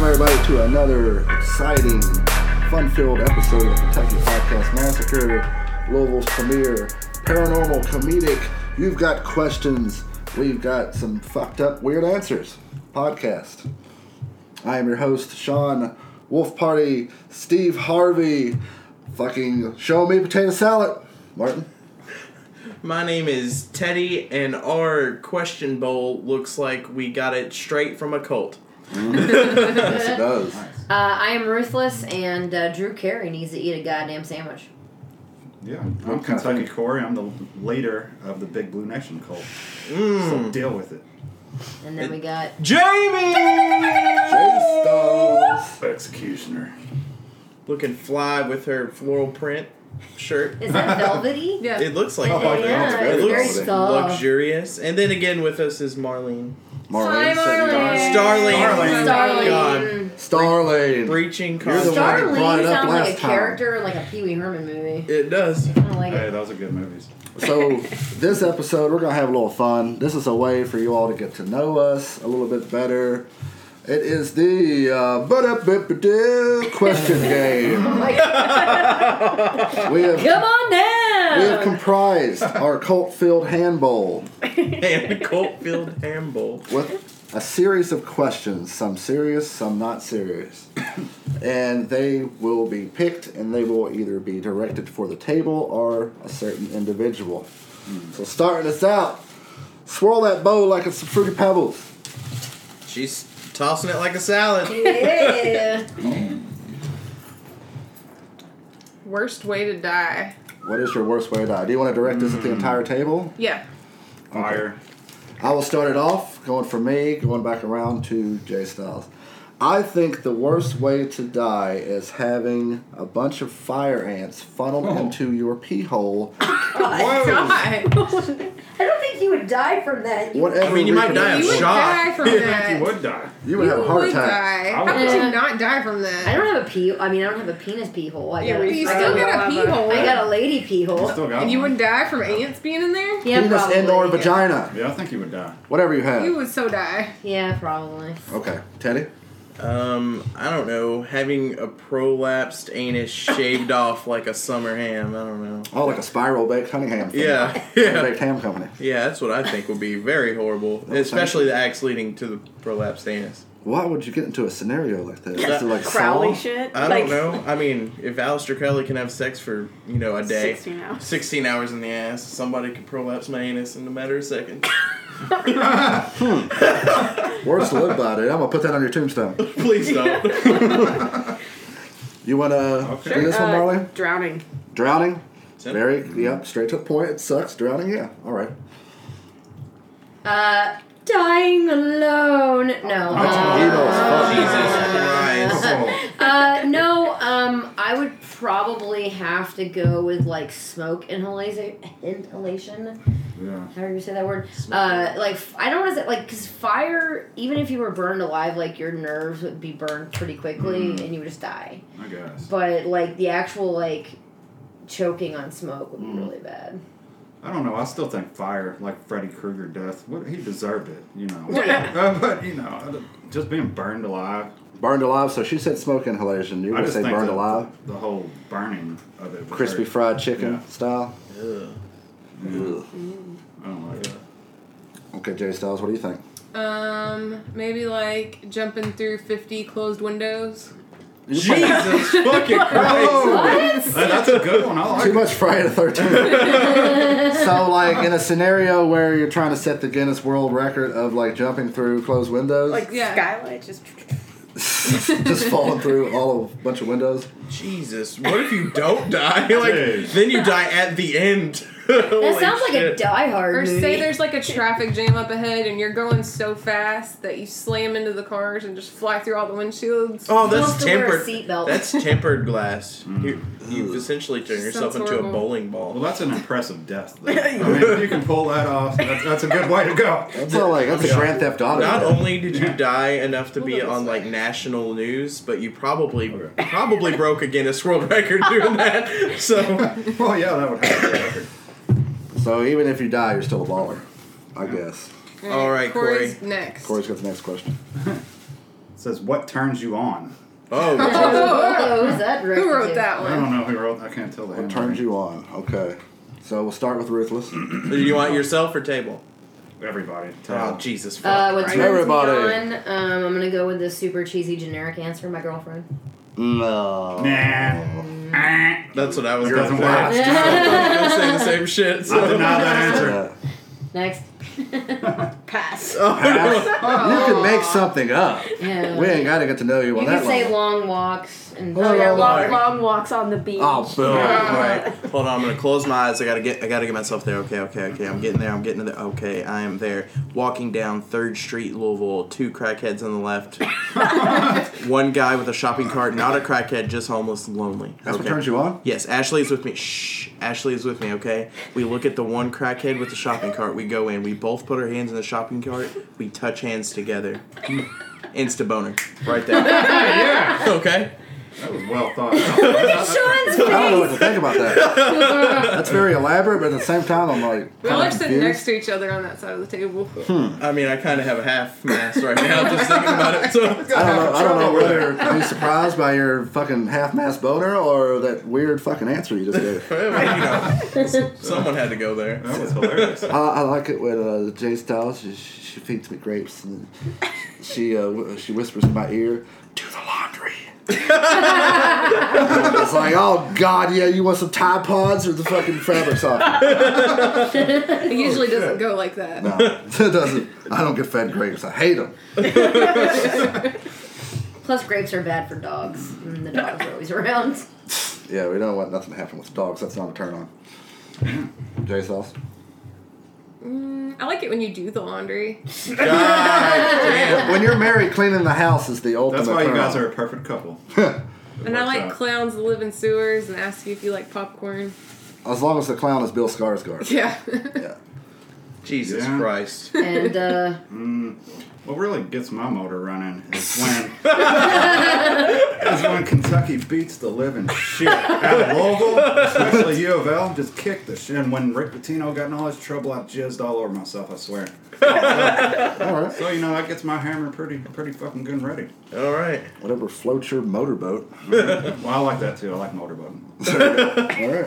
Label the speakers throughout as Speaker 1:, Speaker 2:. Speaker 1: everybody to another exciting, fun-filled episode of the Kentucky Podcast Massacre, Louisville's premier paranormal comedic. You've got questions, we've got some fucked up, weird answers. Podcast. I am your host, Sean Wolf Party, Steve Harvey. Fucking show me potato salad, Martin.
Speaker 2: My name is Teddy, and our question bowl looks like we got it straight from a cult.
Speaker 1: Yes, it does.
Speaker 3: Uh, I am ruthless, and uh, Drew Carey needs to eat a goddamn sandwich.
Speaker 4: Yeah,
Speaker 1: kind
Speaker 4: I'm
Speaker 1: of
Speaker 4: Kentucky
Speaker 1: thing?
Speaker 4: Corey. I'm the leader of the Big Blue Nation cult.
Speaker 1: Mm.
Speaker 4: So deal with it.
Speaker 3: And then we got
Speaker 2: Jamie!
Speaker 1: Jay Stones.
Speaker 4: Executioner.
Speaker 2: Looking fly with her floral print shirt.
Speaker 3: is that velvety?
Speaker 5: Yeah.
Speaker 2: It looks like
Speaker 1: Oh, my
Speaker 2: it.
Speaker 1: God,
Speaker 3: yeah,
Speaker 1: very
Speaker 2: It
Speaker 3: it's very
Speaker 2: looks
Speaker 1: velvety.
Speaker 3: soft.
Speaker 2: luxurious. And then again with us is Marlene.
Speaker 1: Marlene.
Speaker 5: Marlene.
Speaker 1: said
Speaker 2: Starling. Starling.
Speaker 4: Starling.
Speaker 3: Starling.
Speaker 2: God.
Speaker 1: you- Starling.
Speaker 2: Breaching
Speaker 1: You're the one-
Speaker 2: contract.
Speaker 1: that brought it
Speaker 3: Starling
Speaker 1: up
Speaker 3: sounds like a
Speaker 1: last time.
Speaker 3: character in like a Pee Wee Herman movie.
Speaker 2: It does.
Speaker 3: I don't like
Speaker 4: Hey,
Speaker 3: it.
Speaker 4: those are good movies.
Speaker 1: So, this episode, we're going to have a little fun. This is a way for you all to get to know us a little bit better. It is the uh, ba-da-ba-ba-da question game.
Speaker 3: Like,
Speaker 1: We have,
Speaker 3: come on
Speaker 1: we have
Speaker 3: down.
Speaker 1: comprised our cult filled hand bowl
Speaker 2: And Coltfield Hamble.
Speaker 1: with a series of questions, some serious, some not serious. and they will be picked and they will either be directed for the table or a certain individual. So, starting us out, swirl that bowl like it's some fruity pebbles.
Speaker 2: She's tossing it like a salad.
Speaker 3: yeah.
Speaker 5: Worst way to die.
Speaker 1: What is your worst way to die? Do you want to direct this at the entire table?
Speaker 5: Yeah.
Speaker 4: Fire.
Speaker 1: I will start it off, going for me, going back around to Jay Styles. I think the worst way to die is having a bunch of fire ants funneled into your pee hole.
Speaker 5: God.
Speaker 3: I don't think you would die from that. You-
Speaker 1: Whatever.
Speaker 2: I mean, you might
Speaker 1: reason-
Speaker 2: die of
Speaker 5: You would
Speaker 2: shock.
Speaker 5: die from that.
Speaker 4: You would die.
Speaker 1: You would have a heart
Speaker 5: would
Speaker 1: attack.
Speaker 5: die.
Speaker 4: I
Speaker 5: How
Speaker 4: would
Speaker 5: could
Speaker 4: die.
Speaker 5: you not die from that?
Speaker 3: I don't have a pee. I mean, I don't have a penis pee hole. I
Speaker 5: Yeah,
Speaker 3: got a,
Speaker 5: but you
Speaker 3: I
Speaker 5: still
Speaker 3: got
Speaker 5: got a pee hole.
Speaker 3: I got a lady pee hole.
Speaker 4: Still got
Speaker 5: and you
Speaker 4: one.
Speaker 5: wouldn't die from ants being in there?
Speaker 3: Yeah,
Speaker 1: Penis
Speaker 3: probably.
Speaker 1: and or vagina.
Speaker 4: Yeah, I think you would die.
Speaker 1: Whatever you have.
Speaker 5: You would so die.
Speaker 3: Yeah, probably.
Speaker 1: okay, Teddy.
Speaker 2: Um, I don't know. Having a prolapsed anus shaved off like a summer ham. I don't know.
Speaker 1: Oh, like a spiral baked Cunningham. Thing.
Speaker 2: Yeah, yeah,
Speaker 1: Baked ham company.
Speaker 2: yeah. That's what I think would be very horrible, especially the acts leading to the prolapsed anus.
Speaker 1: Why would you get into a scenario like this? Is it like
Speaker 6: Crowley
Speaker 1: Saw?
Speaker 6: shit.
Speaker 2: I
Speaker 6: like,
Speaker 2: don't know. I mean, if Aleister Crowley can have sex for you know a day,
Speaker 6: 16 hours.
Speaker 2: 16 hours in the ass, somebody could prolapse my anus in a matter of seconds.
Speaker 1: Words to live by, dude. I'm gonna put that on your tombstone.
Speaker 2: Please don't.
Speaker 1: You wanna
Speaker 4: Okay.
Speaker 1: do this one,
Speaker 6: Uh,
Speaker 1: Marley?
Speaker 6: Drowning.
Speaker 1: Drowning.
Speaker 2: Sure.
Speaker 1: Very, yep, straight to the point. It sucks. Drowning, yeah. All right.
Speaker 3: Uh, dying alone. No.
Speaker 1: evil
Speaker 3: Uh,
Speaker 2: Jesus Christ.
Speaker 4: Oh,
Speaker 3: uh, no. Um, I would probably have to go with like smoke inhalation. Inhalation.
Speaker 4: yeah.
Speaker 3: How do you say that word? Uh, like f- I don't want to say like because fire. Even if you were burned alive, like your nerves would be burned pretty quickly, and you would just die.
Speaker 4: I guess.
Speaker 3: But like the actual like choking on smoke would be really bad.
Speaker 4: I don't know. I still think fire, like Freddy Krueger death, what, he deserved it, you know.
Speaker 3: Yeah.
Speaker 4: Uh, but, you know, I don't- just being burned alive.
Speaker 1: Burned alive. So she said smoke inhalation. You
Speaker 4: I
Speaker 1: would
Speaker 4: just
Speaker 1: say
Speaker 4: think
Speaker 1: burned
Speaker 4: the,
Speaker 1: alive,
Speaker 4: The whole burning of it. was
Speaker 1: crispy
Speaker 4: very-
Speaker 1: fried chicken
Speaker 4: Yeah.
Speaker 1: style.
Speaker 2: Ugh.
Speaker 1: Ugh.
Speaker 4: I don't like it.
Speaker 1: Okay, Jay Styles, what do you think?
Speaker 5: Um, maybe like jumping through 50 closed windows.
Speaker 2: Jesus fucking Christ.
Speaker 4: Hey, that's a good one. I like
Speaker 1: Too
Speaker 4: it.
Speaker 1: much Friday the Thirteenth. so, like in a scenario where you're trying to set the Guinness World Record of like jumping through closed windows,
Speaker 6: Like
Speaker 5: Yeah.
Speaker 6: skylight. Just
Speaker 1: just falling through all of a bunch of windows.
Speaker 2: Jesus, what if you don't die? Like
Speaker 4: Dude.
Speaker 2: then you die at the end. that
Speaker 3: That sounds like a Die Hard
Speaker 5: Or
Speaker 3: movie.
Speaker 5: say there's like a traffic jam up ahead and you're going so fast that you slam into the cars and just fly through all the windshields.
Speaker 2: Oh,
Speaker 3: You'll
Speaker 2: that's
Speaker 3: have to wear a
Speaker 2: tempered.
Speaker 3: seatbelt.
Speaker 2: That's tempered glass. You you've essentially turned yourself
Speaker 5: Sounds
Speaker 2: into a
Speaker 5: horrible.
Speaker 2: bowling
Speaker 4: Mm. Well,
Speaker 2: ball.
Speaker 4: that's an impressive death. Though. I mean, if you can pull that off, that's, that's a good way to go.
Speaker 1: That's not like that's a Grand Theft Auto.
Speaker 2: Not
Speaker 1: game.
Speaker 2: only did you die enough to be
Speaker 5: Hold on a
Speaker 2: on like
Speaker 5: second.
Speaker 2: national news, but you probably
Speaker 4: Okay.
Speaker 2: probably broke a Guinness World Record doing that. So
Speaker 4: Well, yeah, that would have to be record.
Speaker 1: So even if you die, you're still a baller, I guess.
Speaker 2: All right,
Speaker 5: Corey's next.
Speaker 1: Corey's got the next question.
Speaker 4: says, What turns you on?
Speaker 2: Oh,
Speaker 3: Whoa, who's that directed
Speaker 5: Who
Speaker 3: to?
Speaker 5: wrote that
Speaker 4: I
Speaker 5: one?
Speaker 4: don't know who wrote I can't tell the
Speaker 1: What turns you on? Okay. So we'll start with Ruthless.
Speaker 2: do you want yourself or table?
Speaker 4: Everybody. Tell.
Speaker 2: Oh, Jesus. Fuck.
Speaker 3: Uh, what turns me
Speaker 1: Everybody.
Speaker 3: on? Um, I'm gonna go with the super cheesy generic answer, my girlfriend.
Speaker 1: No. Oh.
Speaker 4: nah. Eh.
Speaker 2: That's what I was
Speaker 4: It
Speaker 2: going to
Speaker 4: doesn't
Speaker 2: say.
Speaker 4: work.
Speaker 2: I
Speaker 4: I
Speaker 2: was gonna say the same shit. So.
Speaker 4: deny that answer.
Speaker 1: Yeah.
Speaker 3: Next. Pass.
Speaker 2: Oh,
Speaker 1: You can make something up.
Speaker 3: Yeah.
Speaker 1: We ain't gotta get to know you on
Speaker 3: you
Speaker 1: that
Speaker 3: can say
Speaker 1: level.
Speaker 3: long walks and
Speaker 1: Oh,
Speaker 3: oh, yeah,
Speaker 1: long
Speaker 2: walk.
Speaker 3: long, long walks on the beach.
Speaker 1: Oh, boom. Right.
Speaker 2: no. Hold on, I'm gonna close my eyes. I gotta get, I gotta get myself there. Okay, okay, okay. I'm getting there. I'm getting there. Okay, I am there. Walking down Third Street, Louisville. Two crackheads on the left. One guy with a shopping cart, not a crackhead, just homeless and lonely.
Speaker 1: That's
Speaker 2: okay.
Speaker 1: what turns you on?
Speaker 2: Yes, Ashley is with me. Shh, Ashley is with me. Okay. We look at the one crackhead with the shopping cart. We go in. We both put our hands in the shopping cart. We touch hands together. Insta boner, right there.
Speaker 4: yeah.
Speaker 2: Okay.
Speaker 4: That was well thought out.
Speaker 3: Sean's
Speaker 1: I don't know what
Speaker 3: face.
Speaker 1: to think about that. That's very elaborate, but at the same time, I'm like.
Speaker 5: We're
Speaker 1: kinda
Speaker 5: like sitting
Speaker 1: confused.
Speaker 5: next to each other on that side of the table.
Speaker 2: I mean, I kind of have a half mass right now just thinking about it. So
Speaker 1: I don't know. I don't know
Speaker 4: trouble
Speaker 1: whether to be surprised by your fucking half-mass boner or that weird fucking answer you just gave.
Speaker 2: you know, someone had to go there.
Speaker 4: That was hilarious.
Speaker 1: I, I like it when uh, Jay Styles she, she feeds me grapes and she uh, wh- she whispers in my ear, "Do the laundry." And it's like, oh god, yeah, you want some Tide Pods or the fucking fabric softener?
Speaker 5: It usually doesn't go like that.
Speaker 1: No, it doesn't. I don't get fed grapes. I hate them.
Speaker 3: Plus, grapes are bad for dogs, and the dogs are always around.
Speaker 1: Yeah, we don't want nothing to happen with dogs. That's not a turn on. Jay Styles.
Speaker 5: Mm, I like it when you do the laundry.
Speaker 1: When you're married, cleaning the house is the ultimate.
Speaker 4: That's why you
Speaker 1: turn
Speaker 4: guys
Speaker 1: on.
Speaker 4: are a perfect couple.
Speaker 5: And I
Speaker 4: Works
Speaker 5: like
Speaker 4: out.
Speaker 5: clowns that live in sewers and ask you if you like popcorn.
Speaker 1: As long as the clown is Bill Skarsgård.
Speaker 5: Yeah.
Speaker 1: yeah.
Speaker 2: Jesus
Speaker 4: Yeah.
Speaker 2: Christ.
Speaker 3: And uh,
Speaker 4: What really gets my motor running is when is when Kentucky beats the living shit out of Louisville, especially U of L. Just kicked the shit. And when Rick Pitino got in all this trouble, I jizzed all over myself. I swear.
Speaker 1: All right.
Speaker 4: So you know that gets my hammer pretty, pretty fucking good and ready.
Speaker 2: All right.
Speaker 1: Whatever floats your motorboat.
Speaker 4: Well, I like that too. I like motorboating.
Speaker 1: All right.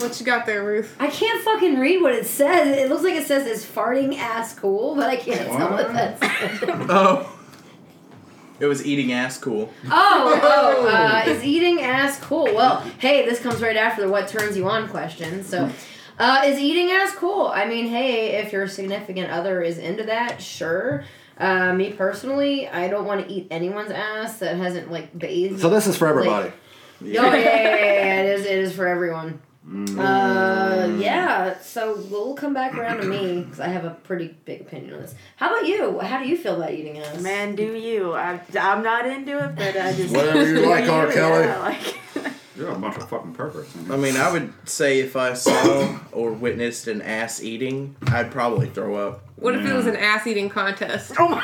Speaker 5: what you got there, Ruth?
Speaker 3: I can't fucking read what it says. It looks like it says "is farting ass cool," but I can't tell what that says.
Speaker 2: Oh. It was eating ass cool.
Speaker 3: Oh, oh, uh, is eating ass cool? Well, hey, this comes right after the what turns you on question. So, uh, is eating ass cool? I mean, hey, if your significant other is into that, sure. Uh, me personally, I don't want to eat anyone's ass that hasn't like bathed.
Speaker 1: So this is for everybody.
Speaker 3: Like- Oh yeah, yeah, yeah, yeah, it is. It is for everyone.
Speaker 2: Mm.
Speaker 3: Uh, yeah. So we'll come back around to me because I have a pretty big opinion on this. How about you? How do you feel about eating ass?
Speaker 6: Man, do you? I, I'm not into it, but I just
Speaker 1: Whatever you like, R.
Speaker 6: Yeah,
Speaker 1: Kelly.
Speaker 6: like-
Speaker 4: You're a bunch of fucking perverts. ain't you?
Speaker 2: I mean, I would say if I saw or witnessed an ass eating, I'd probably throw up.
Speaker 5: What if it was an ass eating contest?
Speaker 1: Oh! I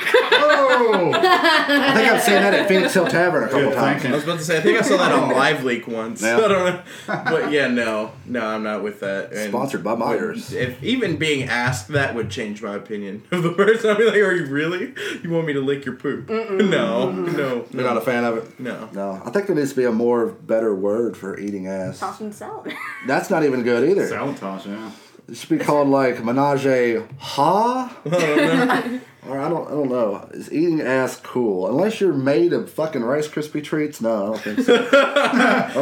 Speaker 1: think I've seen that at Phoenix Hill Tavern a couple
Speaker 4: Good
Speaker 1: times.
Speaker 2: I was
Speaker 4: thinking.
Speaker 2: about to say, I think I saw that on Live Leak once.
Speaker 1: Yeah.
Speaker 2: I don't know. But yeah, no. No, I'm not with that. And
Speaker 1: Sponsored by Myers.
Speaker 2: If even being asked that would change my opinion of the person, I'd be like, "Are you really? You want me to lick your poop? No, no,
Speaker 1: You're not a
Speaker 2: no,
Speaker 1: fan of it?
Speaker 2: no."
Speaker 1: No. I think there needs to be a more better word for eating ass.
Speaker 6: Toss and salad.
Speaker 1: That's not even good either.
Speaker 4: Sabotage, yeah.
Speaker 1: It should be called like menage a ha. Or I don't, I don't know. Is eating ass cool? Unless you're made of fucking Rice Krispie treats, no, I don't think so.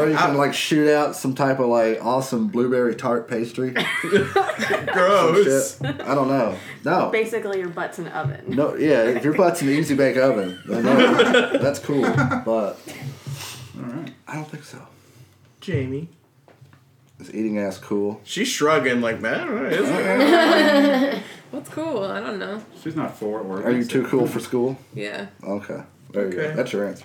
Speaker 1: or you can like shoot out some type of like awesome blueberry tart pastry.
Speaker 2: Gross.
Speaker 1: Shit. I don't know. No.
Speaker 6: Basically, your butt's an oven.
Speaker 1: No, yeah, if your butt's in the easy bake oven, then no, that's cool. But
Speaker 4: Alright.
Speaker 1: I don't think so.
Speaker 2: Jamie,
Speaker 1: Is eating ass cool?
Speaker 2: she's shrugging like, "Man, all right, isn't it?"
Speaker 5: What's cool? I don't know.
Speaker 4: She's not for it or
Speaker 1: Are you
Speaker 4: against
Speaker 1: too
Speaker 4: it.
Speaker 1: cool for school?
Speaker 5: Yeah.
Speaker 1: Okay. There you
Speaker 2: Okay.
Speaker 1: go. That's your answer.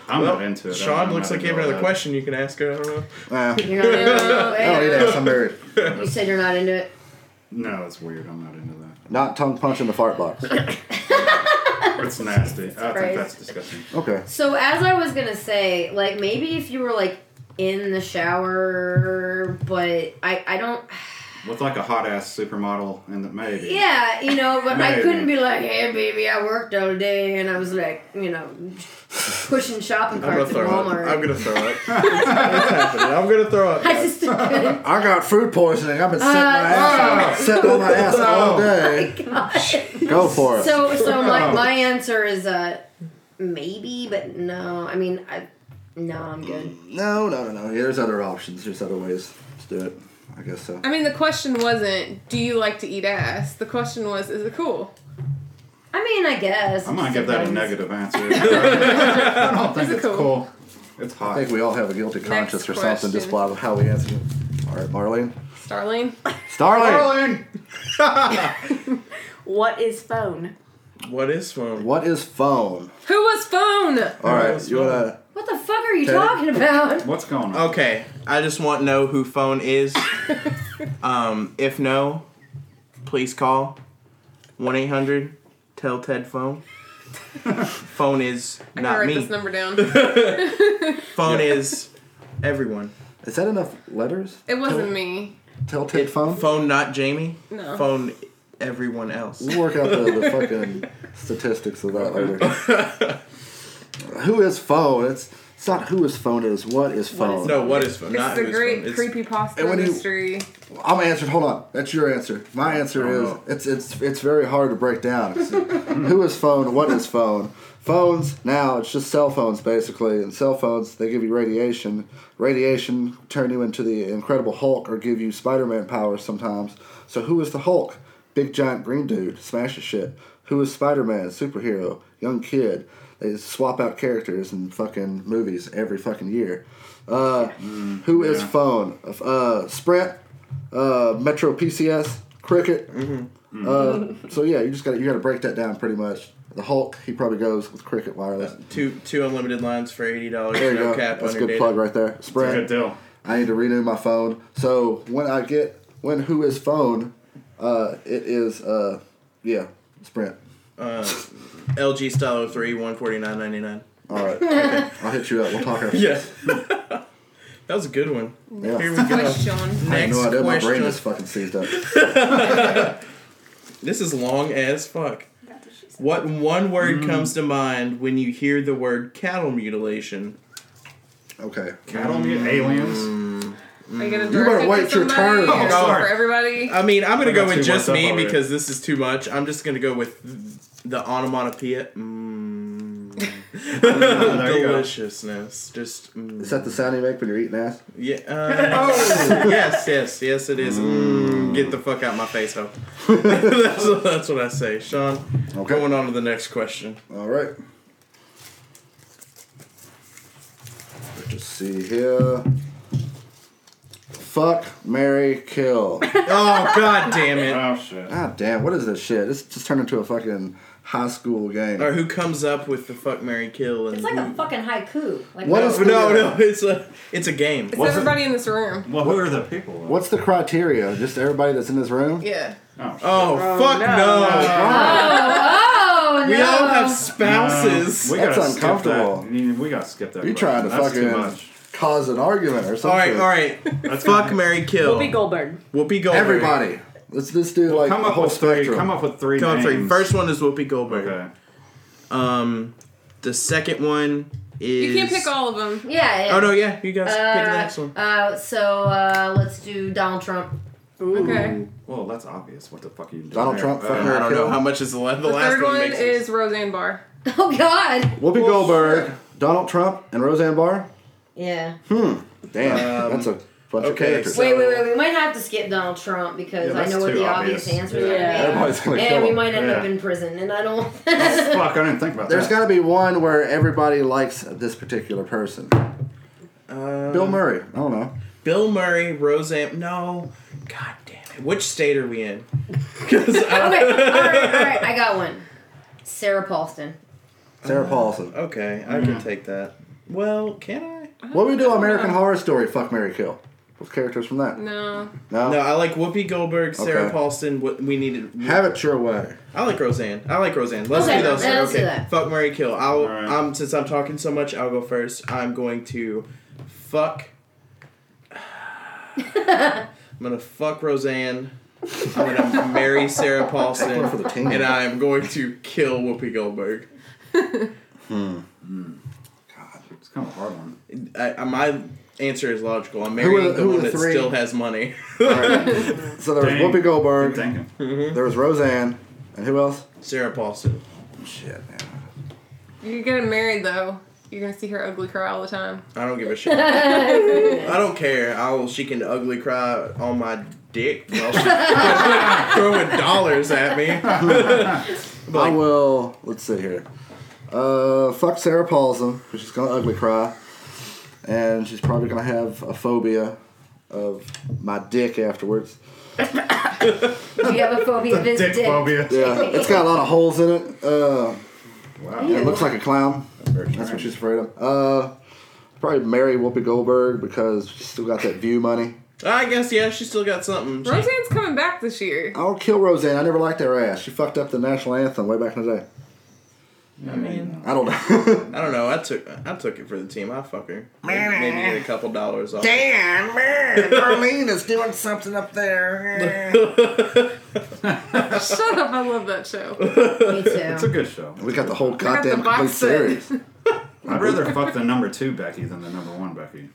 Speaker 4: I'm not into it.
Speaker 2: Sean
Speaker 4: I'm
Speaker 2: looks
Speaker 4: not
Speaker 2: like you
Speaker 4: into
Speaker 2: have another
Speaker 4: all that.
Speaker 2: question you can ask her. I don't know.
Speaker 1: Nah.
Speaker 3: You're not into it.
Speaker 1: I don't eat ass. I'm married.
Speaker 3: You said you're not into it.
Speaker 4: No, it's weird. I'm not into that.
Speaker 1: Not tongue punch in the fart box.
Speaker 4: It's nasty. I think
Speaker 3: Christ.
Speaker 4: that's disgusting.
Speaker 1: Okay.
Speaker 3: So as I was gonna say, like maybe if you were like in the shower, but I I don't.
Speaker 4: With like a hot ass supermodel in the maybe.
Speaker 3: Yeah, you know, but I
Speaker 4: Maybe.
Speaker 3: couldn't be like, hey, baby, I worked all day and I was like, you know, pushing shopping
Speaker 2: I'm gonna
Speaker 3: carts at
Speaker 2: throw up.
Speaker 3: Walmart.
Speaker 2: I'm gonna throw up. It's happening. I'm gonna throw up.
Speaker 3: I just couldn't.
Speaker 1: I got food poisoning. I've been sitting my ass, sitting on my ass all day. Go for it.
Speaker 3: So, so my, my answer is uh, maybe, but no. I mean, I, no, I'm good.
Speaker 1: no, no, no, no. Yeah, there's other options. There's other ways to do it. I guess so.
Speaker 5: I mean, the question wasn't, do you like to eat ass? The question was, is it cool?
Speaker 3: I mean, I guess.
Speaker 4: I'm gonna give that a
Speaker 3: Depends.
Speaker 4: negative answer. I don't think
Speaker 5: Is it
Speaker 4: it's
Speaker 5: cool?
Speaker 4: cool. It's
Speaker 1: I
Speaker 4: hot.
Speaker 1: think we all have a guilty conscience or something
Speaker 5: question.
Speaker 1: just by how we answer. it. All right, Marlene.
Speaker 5: Starling?
Speaker 1: Starling,
Speaker 4: Darling!
Speaker 6: What is phone?
Speaker 2: What is phone?
Speaker 1: what is phone?
Speaker 5: Who was phone?
Speaker 1: All
Speaker 2: What
Speaker 1: right,
Speaker 2: is
Speaker 1: you wanna?
Speaker 3: What the fuck are you
Speaker 1: Okay.
Speaker 3: talking about?
Speaker 4: What's going
Speaker 1: Oh,
Speaker 4: on?
Speaker 2: Okay, I just want to know who phone is. um, if no, please call one eight hundred. Tell Ted phone. phone is
Speaker 5: I can
Speaker 2: not
Speaker 5: write
Speaker 2: me.
Speaker 5: this number down.
Speaker 2: Phone is everyone.
Speaker 1: Is that enough letters?
Speaker 5: It wasn't me.
Speaker 1: Tell Ted phone.
Speaker 2: Phone not Jamie.
Speaker 5: No.
Speaker 2: Phone everyone else.
Speaker 1: We'll work out the, the fucking statistics of that later. who is phone? It's it's not who is phone. It is what is phone.
Speaker 2: No, what is phone? not
Speaker 5: It's the
Speaker 2: who's phone.
Speaker 5: great
Speaker 2: It's-
Speaker 5: creepy pasta
Speaker 1: And when you-
Speaker 5: mystery.
Speaker 1: I'm answered. Hold on, that's your answer. My answer
Speaker 2: Oh,
Speaker 1: is
Speaker 2: no.
Speaker 1: it's it's it's very hard to break down. It's- who is phone? What is phone? Phones now it's just cell phones basically, and cell phones they give you radiation. Radiation turn you into the Incredible Hulk or give you Spider-Man powers sometimes. So who is the Hulk? Big giant green dude smashes shit. Who is Spider-Man? Superhero, young kid. They swap out characters in fucking movies every fucking year. Uh,
Speaker 2: Mm,
Speaker 1: who is
Speaker 4: yeah.
Speaker 1: phone? Uh, Sprint, uh, Metro PCS, Cricket.
Speaker 2: Mm-hmm.
Speaker 1: Uh, so yeah, you just got to you got to break that down pretty much. The Hulk, he probably goes with Cricket wireless.
Speaker 2: Two two unlimited lines for eighty dollars.
Speaker 1: There you
Speaker 2: No
Speaker 1: go.
Speaker 2: cap
Speaker 1: That's a
Speaker 2: on
Speaker 1: good
Speaker 2: your
Speaker 1: plug
Speaker 2: data.
Speaker 1: right there.
Speaker 4: Good
Speaker 1: Sprint.
Speaker 4: deal.
Speaker 1: I need to renew my phone. So when I get when who is phone, uh, it is uh, yeah, Sprint.
Speaker 2: Uh, LG Style 03, one forty nine ninety nine.
Speaker 1: All right, I'll hit you up. We'll talk after.
Speaker 2: Yeah. that was a good one.
Speaker 1: Yeah.
Speaker 2: Here we go.
Speaker 5: Question.
Speaker 1: I have
Speaker 2: Next
Speaker 1: no idea. My brain
Speaker 2: question.
Speaker 1: is fucking seized up.
Speaker 2: This is long as fuck. What one word
Speaker 4: Mm.
Speaker 2: comes to mind when you hear the word cattle mutilation?
Speaker 1: Okay.
Speaker 4: Cattle
Speaker 1: Mm.
Speaker 4: mute aliens.
Speaker 5: Are you gonna
Speaker 1: You better
Speaker 5: direct it
Speaker 1: wait
Speaker 5: to
Speaker 1: your
Speaker 5: somebody
Speaker 1: turn.
Speaker 5: or
Speaker 4: Oh, sorry.
Speaker 5: for everybody?
Speaker 2: I mean, I'm gonna
Speaker 4: I
Speaker 2: go
Speaker 4: got
Speaker 2: with
Speaker 4: two
Speaker 2: just
Speaker 4: words up
Speaker 2: me
Speaker 4: already.
Speaker 2: because this is too much. I'm just gonna go with the onomatopoeia. Mm.
Speaker 4: Oh, there you go.
Speaker 2: Deliciousness. Just. mm.
Speaker 1: Is that the sound you make when you're eating ass?
Speaker 2: Yeah. Uh, yes, yes, yes, it is. Mm, get the fuck out my face, though. that's, what- that's what I say. Sean,
Speaker 1: Okay.
Speaker 2: going on to the next question.
Speaker 1: All right. Let's just see here. Fuck, Mary, kill.
Speaker 2: Oh, god damn it.
Speaker 4: Oh shit.
Speaker 1: God damn, what is this shit? This just turned into a fucking high school game.
Speaker 2: Or who comes up with the fuck, Mary kill? And
Speaker 3: It's like
Speaker 2: who,
Speaker 3: a fucking haiku. Like
Speaker 1: What
Speaker 2: no,
Speaker 1: is-
Speaker 2: no, no, it's a, it's a game.
Speaker 5: It's
Speaker 1: What's it-
Speaker 5: everybody in this room.
Speaker 4: Well, Oh, who are the people? though?
Speaker 1: What's the criteria? Just everybody that's in this room?
Speaker 5: Yeah.
Speaker 4: Oh, shit.
Speaker 2: Oh,
Speaker 6: Oh,
Speaker 2: fuck
Speaker 6: no,
Speaker 2: no.
Speaker 3: Oh, oh no.
Speaker 2: We all have
Speaker 4: No,
Speaker 2: spouses.
Speaker 4: Uh, we
Speaker 1: That's
Speaker 4: gotta skip
Speaker 1: uncomfortable.
Speaker 4: that. You- We gotta skip that.
Speaker 1: You
Speaker 4: question.
Speaker 1: trying to
Speaker 4: That's
Speaker 1: fucking
Speaker 4: too much.
Speaker 1: cause an argument or
Speaker 2: All
Speaker 1: something?
Speaker 2: right, all right.
Speaker 4: That's
Speaker 2: Fuck, Mary kill.
Speaker 6: Whoopi Goldberg.
Speaker 2: Whoopi Goldberg.
Speaker 1: Everybody. Let's just do like
Speaker 4: Come
Speaker 1: the
Speaker 4: up
Speaker 1: whole
Speaker 4: with three.
Speaker 1: spectrum.
Speaker 4: Come up with three.
Speaker 2: Come on, three.
Speaker 4: names.
Speaker 2: First one is Whoopi Goldberg.
Speaker 4: Okay.
Speaker 2: Um, the second one is.
Speaker 5: You can't pick all of them.
Speaker 3: Yeah, yeah.
Speaker 2: Oh no, yeah, you guys pick the
Speaker 3: Uh,
Speaker 2: next one.
Speaker 3: Uh, so uh, let's do Donald Trump.
Speaker 5: Okay.
Speaker 4: Well, that's obvious. What the fuck are you doing?
Speaker 1: Donald
Speaker 4: there?
Speaker 1: Trump, fuck
Speaker 4: Uh,
Speaker 1: Mary.
Speaker 2: I don't know
Speaker 1: Kill.
Speaker 2: how much is the left. The,
Speaker 5: The
Speaker 2: last
Speaker 5: third
Speaker 2: one,
Speaker 5: one
Speaker 2: makes
Speaker 5: is Roseanne Barr.
Speaker 3: Oh God.
Speaker 1: Whoopi Goldberg, Donald Trump, and Roseanne Barr?
Speaker 3: Yeah.
Speaker 1: Damn, that's a
Speaker 4: Um,
Speaker 1: bunch of
Speaker 2: okay,
Speaker 1: characters.
Speaker 2: so-
Speaker 3: Wait, wait, wait. We might have to skip Donald Trump because
Speaker 4: Yeah,
Speaker 3: I know
Speaker 4: that's
Speaker 3: what
Speaker 4: too
Speaker 3: the obvious,
Speaker 4: obvious.
Speaker 3: answer is.
Speaker 6: Yeah.
Speaker 1: Everybody's gonna kill
Speaker 3: And we
Speaker 1: him.
Speaker 3: might end up
Speaker 4: Yeah.
Speaker 3: in prison, and I don't.
Speaker 4: Fuck, I didn't think about
Speaker 1: There's
Speaker 4: that.
Speaker 1: got to be one where everybody likes this particular person.
Speaker 2: Uh,
Speaker 1: Bill Murray. I don't know.
Speaker 2: Bill Murray, Roseanne. No, god damn it. Which state are we in? 'Cause I-
Speaker 3: okay, all right, all right. I got one. Sarah Paulson.
Speaker 1: Sarah Paulson.
Speaker 2: okay, I can take that. Well, can I?
Speaker 1: What we do American Horror Story? Fuck Mary Kill. With characters from that.
Speaker 5: No.
Speaker 3: Oh.
Speaker 1: No.
Speaker 2: No, I like Whoopi Goldberg, Sarah
Speaker 1: Okay.
Speaker 2: Paulson. What we needed.
Speaker 1: Have it your way.
Speaker 2: I like Roseanne. I like Roseanne. Let's
Speaker 3: Okay,
Speaker 2: do those.
Speaker 3: let's
Speaker 2: okay.
Speaker 3: do that.
Speaker 2: Fuck Mary Kill. I'll.
Speaker 4: Alright.
Speaker 2: Um, since I'm talking so much, I'll go first. I'm going to fuck. I'm gonna fuck Roseanne. I'm gonna marry Sarah Paulson,
Speaker 1: Going for the team.
Speaker 2: and I am going to kill Whoopi Goldberg.
Speaker 4: God, it's kind of a hard one.
Speaker 2: I, I, my answer is logical. I'm
Speaker 1: Who
Speaker 2: marrying
Speaker 1: are-
Speaker 2: the
Speaker 1: who are
Speaker 2: one
Speaker 1: the
Speaker 2: that
Speaker 1: three?
Speaker 2: still has money.
Speaker 1: So there was
Speaker 4: Dang.
Speaker 1: Whoopi Goldberg.
Speaker 4: Good thinking.
Speaker 1: There was Roseanne. And who else?
Speaker 2: Sarah Paulson.
Speaker 1: Shit, man.
Speaker 5: You're getting married though. You're gonna see her ugly cry all the time.
Speaker 2: I don't give a shit. I don't care. I'll she can ugly cry on my dick while she's throwing dollars at me.
Speaker 1: I will. Let's see here. Uh, fuck Sarah Paulson. 'cause She's gonna ugly cry, and she's probably gonna have a phobia of my dick afterwards.
Speaker 3: you have a phobia of his
Speaker 4: Dick
Speaker 3: dick.
Speaker 4: phobia.
Speaker 1: Yeah, it's got a lot of holes in it. Uh,
Speaker 4: Wow.
Speaker 1: it looks like a clown.
Speaker 4: very
Speaker 1: That's what
Speaker 4: strange.
Speaker 1: she's afraid of. Uh, probably marry Whoopi Goldberg because she's still got that view money.
Speaker 2: I guess yeah, she still got something. She-
Speaker 5: Roseanne's coming back this year.
Speaker 1: I'll kill Roseanne. I never liked her ass. She fucked up the national anthem way back in the day.
Speaker 4: I mean,
Speaker 1: I don't know.
Speaker 2: I don't know. I took I took it for the team. I fuck her. Maybe get a couple dollars off.
Speaker 1: Damn, man, Darlene is doing something up there.
Speaker 5: Shut up! I love that show.
Speaker 3: Me
Speaker 4: it's a
Speaker 3: too.
Speaker 4: good show.
Speaker 1: We got the whole
Speaker 5: got the
Speaker 1: goddamn
Speaker 5: box
Speaker 1: complete
Speaker 5: set.
Speaker 1: series.
Speaker 4: I'd rather fuck the number two Becky than the number one Becky.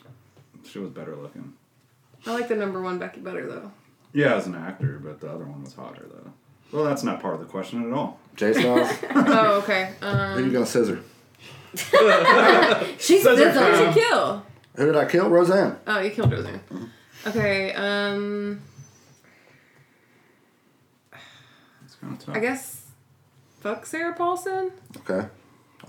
Speaker 4: She was better looking.
Speaker 5: I like the number one Becky better though.
Speaker 4: Yeah, as an actor, but the other one was hotter though. Well, that's not part of the question at all.
Speaker 1: Jay Styles,
Speaker 5: Oh okay. Um,
Speaker 1: who you gonna scissor?
Speaker 3: She's
Speaker 4: Says her
Speaker 3: good though.
Speaker 4: friend.
Speaker 5: who'd you kill?
Speaker 1: Who did I kill? Roseanne.
Speaker 5: Oh, you killed Roseanne.
Speaker 2: Mm-hmm.
Speaker 5: Okay. Um,
Speaker 4: It's kind of tough.
Speaker 5: I guess fuck Sarah Paulson,
Speaker 1: Okay,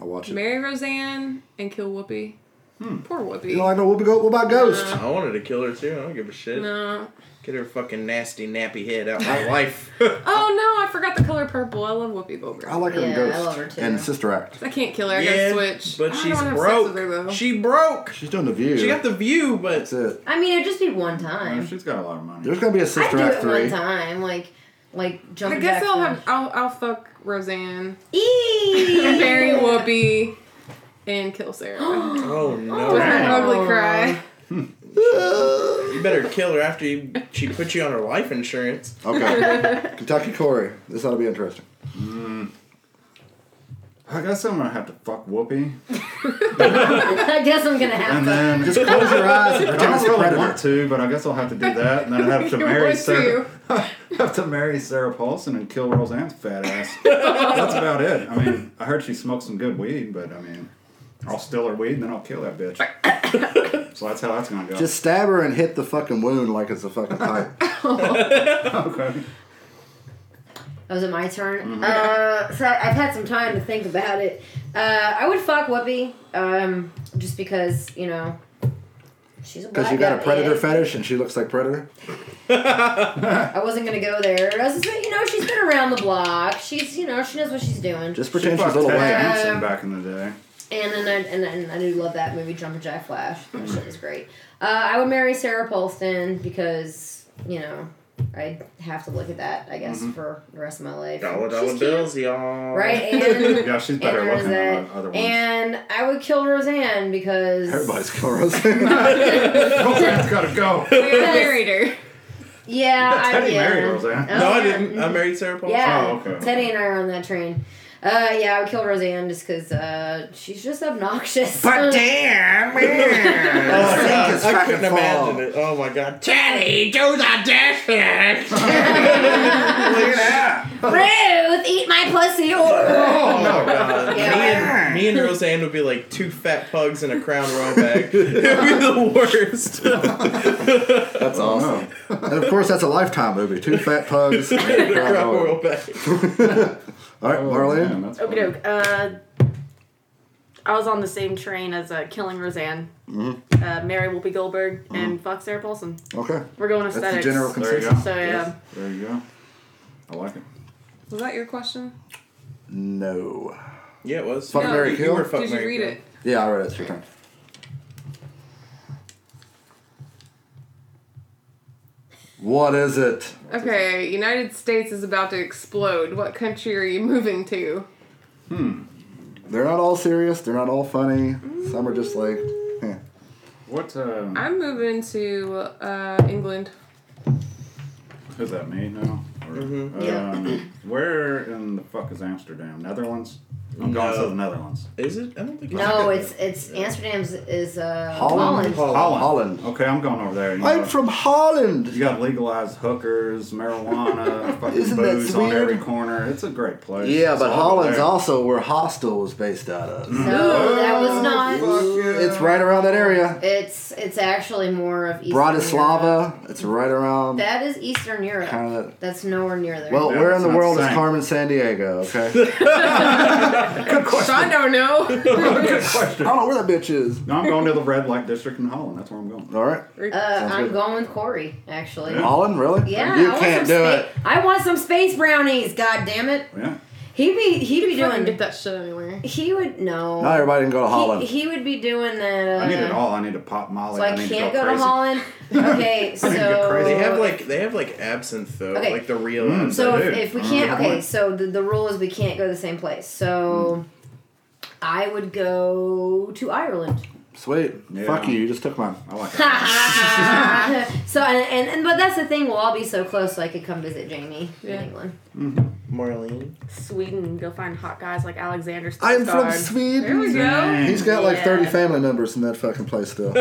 Speaker 1: I'll watch it.
Speaker 5: marry Roseanne, and kill Whoopi.
Speaker 2: Hmm.
Speaker 5: Poor Whoopi.
Speaker 1: you don't like no Whoopi Gold? What about Ghost?
Speaker 2: I wanted to kill her too. I don't give a shit.
Speaker 5: no.
Speaker 2: Get her fucking nasty nappy head out my life.
Speaker 5: Oh no! I forgot the color purple. I love Whoopi Goldberg.
Speaker 1: I like her in
Speaker 3: Yeah,
Speaker 1: Ghost
Speaker 3: I love her too.
Speaker 1: and Sister Act.
Speaker 5: I can't kill her. I
Speaker 2: yeah,
Speaker 5: gotta switch.
Speaker 2: but
Speaker 5: I
Speaker 2: she's
Speaker 5: don't wanna have sex with her,
Speaker 2: broke.
Speaker 5: though.
Speaker 2: She broke.
Speaker 1: She's doing the View.
Speaker 2: She got the view, but
Speaker 1: That's it.
Speaker 3: I mean, it'd just be one
Speaker 4: Well,
Speaker 3: time.
Speaker 4: she's got a lot of money.
Speaker 1: There's gonna be a
Speaker 3: I'd
Speaker 1: Sister
Speaker 3: do
Speaker 1: Act
Speaker 3: it
Speaker 1: three.
Speaker 3: one time, like, like jump.
Speaker 5: I guess
Speaker 3: jack
Speaker 5: I'll
Speaker 3: punch.
Speaker 5: have I'll I'll fuck Roseanne,
Speaker 3: Eee!
Speaker 5: marry Whoopi, and kill Sarah.
Speaker 2: oh no.
Speaker 5: With her
Speaker 4: Wow.
Speaker 5: ugly cry.
Speaker 2: You better kill her after you, she put you on her life insurance.
Speaker 1: Okay, Kentucky Corey. This ought to be interesting.
Speaker 4: I guess I'm gonna have to fuck Whoopi,
Speaker 3: I guess I'm gonna have
Speaker 4: and
Speaker 3: to.
Speaker 4: then
Speaker 1: Just close your eyes and
Speaker 4: I
Speaker 1: pretend it's
Speaker 4: don't
Speaker 1: a
Speaker 4: really want
Speaker 1: predator.
Speaker 4: to, but I guess I'll have to do that, and then I have to
Speaker 5: You
Speaker 4: marry
Speaker 5: want
Speaker 4: Sarah. have to marry Sarah Paulson and kill Roseanne's fat ass. That's about it. I mean, I heard she smoked some good weed, but I mean, I'll steal her weed and then I'll kill that bitch. so that's how that's gonna go.
Speaker 1: Just stab her and hit the fucking wound like it's a fucking pipe.
Speaker 4: okay.
Speaker 3: Oh, is it my turn?
Speaker 4: Mm-hmm.
Speaker 3: Uh, so I- I've had some time to think about it. Uh, I would fuck Whoopi, um, just because you know she's a
Speaker 1: Because
Speaker 3: black
Speaker 1: you got a
Speaker 3: guy.
Speaker 1: predator fetish and she looks like predator.
Speaker 3: I wasn't gonna go there. I was just like, you know, she's been around the block. She's, you know, she knows what she's doing.
Speaker 1: Just
Speaker 4: She
Speaker 1: pretend she's
Speaker 4: fucked
Speaker 1: little
Speaker 4: Ted
Speaker 1: Wayne.
Speaker 4: Danson back in the day.
Speaker 3: And then I and, and I do love that movie, Jumpin' Jack Flash. That shit was great. Uh, I would marry Sarah Paulson because you know I have to look at that, I guess,
Speaker 4: Mm-hmm.
Speaker 3: for the rest of my life.
Speaker 2: Dollar
Speaker 3: She's
Speaker 2: dollar
Speaker 3: cute,
Speaker 2: bills, y'all.
Speaker 3: right? And
Speaker 4: Yeah, she's
Speaker 3: and
Speaker 4: better
Speaker 3: there's
Speaker 4: looking than
Speaker 3: that.
Speaker 4: the other ones.
Speaker 3: And I would kill Roseanne because
Speaker 1: Everybody's killing Roseanne.
Speaker 4: Roseanne's gotta
Speaker 6: Oh,
Speaker 4: go.
Speaker 5: We married her.
Speaker 3: Yeah, I
Speaker 4: Teddy
Speaker 3: yeah.
Speaker 4: married Roseanne.
Speaker 3: Oh,
Speaker 2: No, I
Speaker 3: yeah.
Speaker 2: didn't. I married Sarah Paulson.
Speaker 3: Yeah,
Speaker 4: Oh, okay.
Speaker 3: Teddy and I are on that train. Uh, yeah, I would kill Roseanne just because uh, she's just obnoxious.
Speaker 2: damn, man.
Speaker 1: I think it's
Speaker 2: I
Speaker 1: fucking
Speaker 2: couldn't imagine
Speaker 1: fall.
Speaker 2: it. Oh my god. Teddy, do the dishes. Look
Speaker 6: Oh,
Speaker 2: at that.
Speaker 3: Ruth, eat my pussy.
Speaker 2: Oh my god.
Speaker 3: Yeah.
Speaker 2: Me, and, me and Roseanne would be like two fat pugs in a crown royal bag. It would be the worst.
Speaker 1: That's awesome. and of course, that's a lifetime movie. Two fat pugs. and a
Speaker 2: crown
Speaker 1: crown royal.
Speaker 2: royal bag.
Speaker 1: All right, Marlene.
Speaker 4: that's
Speaker 6: Okie doke. Uh, I was on the same train as uh, killing Roseanne,
Speaker 1: Mm-hmm.
Speaker 6: uh, Mary Whoopi Goldberg, and fuck Sarah Paulson.
Speaker 1: Okay.
Speaker 6: We're going
Speaker 1: Mm-hmm. the
Speaker 6: aesthetics.
Speaker 1: general con-
Speaker 4: There you go.
Speaker 6: So yeah,
Speaker 4: There you go. I like it.
Speaker 5: Was that your question?
Speaker 1: No.
Speaker 2: Yeah, it was.
Speaker 1: Fuck,
Speaker 5: No,
Speaker 1: marry,
Speaker 5: you-
Speaker 1: kill?
Speaker 2: were fuck,
Speaker 5: Did you
Speaker 2: marry,
Speaker 5: read
Speaker 2: kill.
Speaker 5: it?
Speaker 1: Yeah, all right, it's your turn. What is it?
Speaker 5: Okay, United States is about to explode. What country are you moving to?
Speaker 1: They're not all serious. They're not all funny. Some are just like, eh.
Speaker 4: What? Um,
Speaker 5: I'm moving to uh, England.
Speaker 4: Is that me now? Or-
Speaker 2: Mhm.
Speaker 3: Yeah.
Speaker 4: Um, where in the fuck is Amsterdam? Netherlands? I'm going
Speaker 2: No.
Speaker 4: to the Netherlands.
Speaker 2: Is it? I don't think
Speaker 3: No, it's it's Amsterdam's is uh
Speaker 1: Holland.
Speaker 3: Holland.
Speaker 1: Holland.
Speaker 4: Okay, I'm going over there. You,
Speaker 1: I'm
Speaker 4: know,
Speaker 1: from
Speaker 4: you
Speaker 1: Holland.
Speaker 4: got legalized hookers, marijuana, fucking
Speaker 1: Isn't that
Speaker 4: booze on
Speaker 1: weird?
Speaker 4: every corner. It's a great place.
Speaker 1: Yeah,
Speaker 4: It's
Speaker 1: but
Speaker 4: all over
Speaker 1: Holland's
Speaker 4: there.
Speaker 1: also where Hostel was based out of.
Speaker 3: No, that was
Speaker 4: Fuck
Speaker 3: not.
Speaker 4: yeah.
Speaker 1: It's right around that area.
Speaker 3: It's it's actually more of Eastern Europe.
Speaker 1: Bratislava. It's right around.
Speaker 3: That is Eastern Europe.
Speaker 1: Kinda-
Speaker 3: That's nowhere near there.
Speaker 1: well,
Speaker 4: Yeah,
Speaker 1: where in
Speaker 4: it's
Speaker 1: the
Speaker 4: not
Speaker 1: world
Speaker 4: the
Speaker 1: is
Speaker 4: same.
Speaker 1: Carmen San Diego? Okay. I
Speaker 5: I don't know.
Speaker 4: Good question.
Speaker 1: don't know where that bitch is.
Speaker 4: No, I'm going to the red light district in Holland. That's where I'm going.
Speaker 1: All right.
Speaker 3: uh,
Speaker 1: sounds
Speaker 3: I'm
Speaker 1: good.
Speaker 3: going with Corey actually.
Speaker 4: Yeah.
Speaker 1: Holland, really?
Speaker 3: Yeah,
Speaker 1: You
Speaker 3: I
Speaker 1: can't
Speaker 3: want some
Speaker 1: do
Speaker 3: spa-
Speaker 1: it.
Speaker 3: I want some space brownies. God damn it.
Speaker 4: Yeah.
Speaker 3: He be he be
Speaker 5: you don't
Speaker 3: doing.
Speaker 5: get that shit anywhere.
Speaker 3: He would no.
Speaker 1: Not everybody can go to Holland.
Speaker 3: he, he would be doing that. Uh,
Speaker 4: I need it all. I need to pop Molly.
Speaker 3: So I,
Speaker 4: need
Speaker 3: can't
Speaker 4: to
Speaker 3: go,
Speaker 4: go, crazy.
Speaker 3: to Holland. Okay, so
Speaker 4: need to go crazy.
Speaker 2: They have like they have like absinthe though,
Speaker 3: Okay.
Speaker 2: like the real
Speaker 4: Mm.
Speaker 2: absinthe.
Speaker 3: So
Speaker 4: I
Speaker 3: if,
Speaker 4: do.
Speaker 3: if we
Speaker 4: Mm,
Speaker 3: can't,
Speaker 4: good
Speaker 3: okay.
Speaker 4: point.
Speaker 3: So the, the rule is we can't go to the same place. So I would go to Ireland.
Speaker 1: Sweet.
Speaker 4: Yeah.
Speaker 1: Fuck you. You just took mine.
Speaker 4: I like that.
Speaker 3: so and, and and but that's the thing. We'll all be so close, so I could come visit Jamie
Speaker 5: Yeah.
Speaker 3: in England.
Speaker 2: Marlene.
Speaker 6: Sweden, go find hot guys like Alexander Skarsgård.
Speaker 1: I'm from
Speaker 5: There
Speaker 1: Sweden.
Speaker 5: we go.
Speaker 1: He's got like
Speaker 6: Yeah.
Speaker 1: 30 family members in that fucking place still.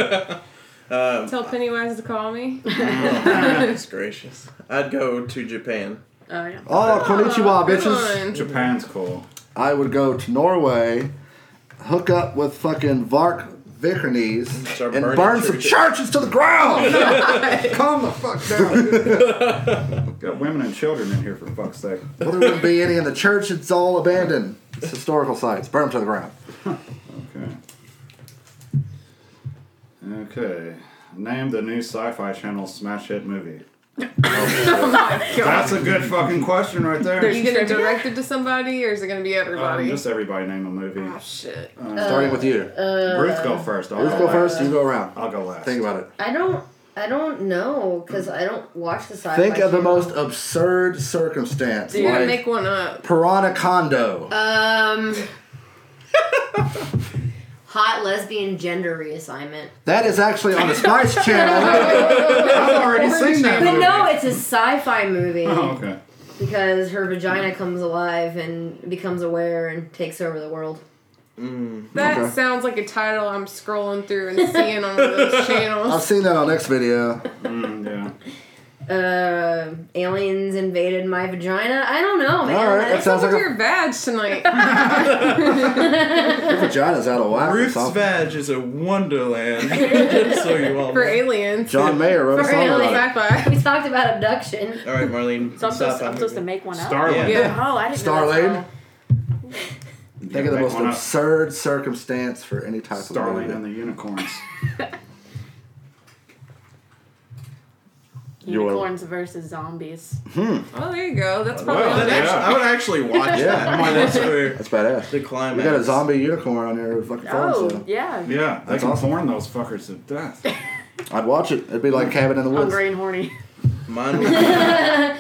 Speaker 5: Tell Pennywise to call me.
Speaker 2: Goodness gracious. I'd go to Japan.
Speaker 6: Oh, yeah.
Speaker 1: Oh, konnichiwa,
Speaker 5: Good
Speaker 1: bitches.
Speaker 5: one.
Speaker 4: Japan's cool.
Speaker 1: I would go to Norway, hook up with fucking Vark Vikernes,
Speaker 2: Start
Speaker 1: and
Speaker 2: burning
Speaker 1: burn some
Speaker 2: churches.
Speaker 1: churches to the ground.
Speaker 4: Calm the fuck down. Got women and children in here for fuck's sake.
Speaker 1: well, there wouldn't be any in the church. It's all abandoned. It's historical sites. Burn them to the ground.
Speaker 4: Okay. Okay. Name the new sci-fi channel smash hit movie. That's a good fucking question right
Speaker 5: Are
Speaker 4: there.
Speaker 5: you gonna direct it to somebody or is it gonna be
Speaker 4: Um,
Speaker 5: everybody?
Speaker 4: just everybody name a movie.
Speaker 5: Oh, shit.
Speaker 1: Starting with you.
Speaker 4: Ruth go first. I'll
Speaker 1: Let's go
Speaker 4: last.
Speaker 1: first. You go around.
Speaker 4: I'll go last.
Speaker 1: Think about it.
Speaker 3: I don't. I don't know because I don't watch the sci-fi.
Speaker 1: Think of the
Speaker 3: channel.
Speaker 1: most absurd circumstance,
Speaker 5: You're gonna
Speaker 1: like
Speaker 5: make one up.
Speaker 1: piranha condo.
Speaker 3: Um. hot lesbian gender reassignment.
Speaker 1: that is actually on the Spice Channel.
Speaker 4: I've already seen that
Speaker 3: But
Speaker 4: movie.
Speaker 3: no, it's a sci-fi movie
Speaker 4: Oh, okay.
Speaker 3: because her vagina comes alive and becomes aware and takes over the world.
Speaker 5: That
Speaker 1: Okay.
Speaker 5: sounds like a title I'm scrolling through and seeing on one of those
Speaker 1: I've
Speaker 5: channels.
Speaker 1: seen that on next video.
Speaker 4: Mm, yeah.
Speaker 3: Uh, aliens invaded my vagina. I don't know, man.
Speaker 1: All right,
Speaker 3: That's-
Speaker 1: that sounds
Speaker 5: What's
Speaker 1: like
Speaker 5: with
Speaker 1: a-
Speaker 5: your badge tonight?
Speaker 1: Your vagina's out of whack.
Speaker 2: Ruth's
Speaker 1: It's all-
Speaker 2: Vag is a wonderland. Just so you all
Speaker 5: For
Speaker 2: know.
Speaker 5: aliens.
Speaker 1: John Mayer wrote a
Speaker 3: For
Speaker 1: song
Speaker 3: real,
Speaker 1: about it.
Speaker 5: Sci-fi.
Speaker 3: we talked about abduction.
Speaker 2: All right, Marlene.
Speaker 6: So I'm supposed,
Speaker 2: sci-fi
Speaker 6: I'm supposed to
Speaker 2: movie.
Speaker 6: make one up.
Speaker 4: Starling.
Speaker 2: Yeah.
Speaker 5: Yeah.
Speaker 6: Oh, I didn't know.
Speaker 1: Starling?
Speaker 6: that's
Speaker 1: Think of the
Speaker 4: Make
Speaker 1: most
Speaker 4: one up.
Speaker 1: absurd circumstance for any type
Speaker 4: Starling
Speaker 1: of
Speaker 4: and
Speaker 1: movie.
Speaker 4: the Unicorns.
Speaker 6: how Unicorns versus zombies.
Speaker 5: Oh, there you go. That's probably
Speaker 4: Wow,
Speaker 5: on
Speaker 2: That
Speaker 5: there.
Speaker 2: actu- I would actually watch
Speaker 1: Yeah.
Speaker 2: that. I mean, that's for
Speaker 1: That's badass.
Speaker 2: the climax.
Speaker 1: We got a zombie unicorn on your fucking phone,
Speaker 6: Oh,
Speaker 1: so
Speaker 6: yeah.
Speaker 4: Yeah, they
Speaker 1: That's
Speaker 4: can
Speaker 1: awesome.
Speaker 4: horn those fuckers to death.
Speaker 1: I'd watch it. It'd be like Cabin in the Woods.
Speaker 6: Hungry and horny.
Speaker 2: Mine would-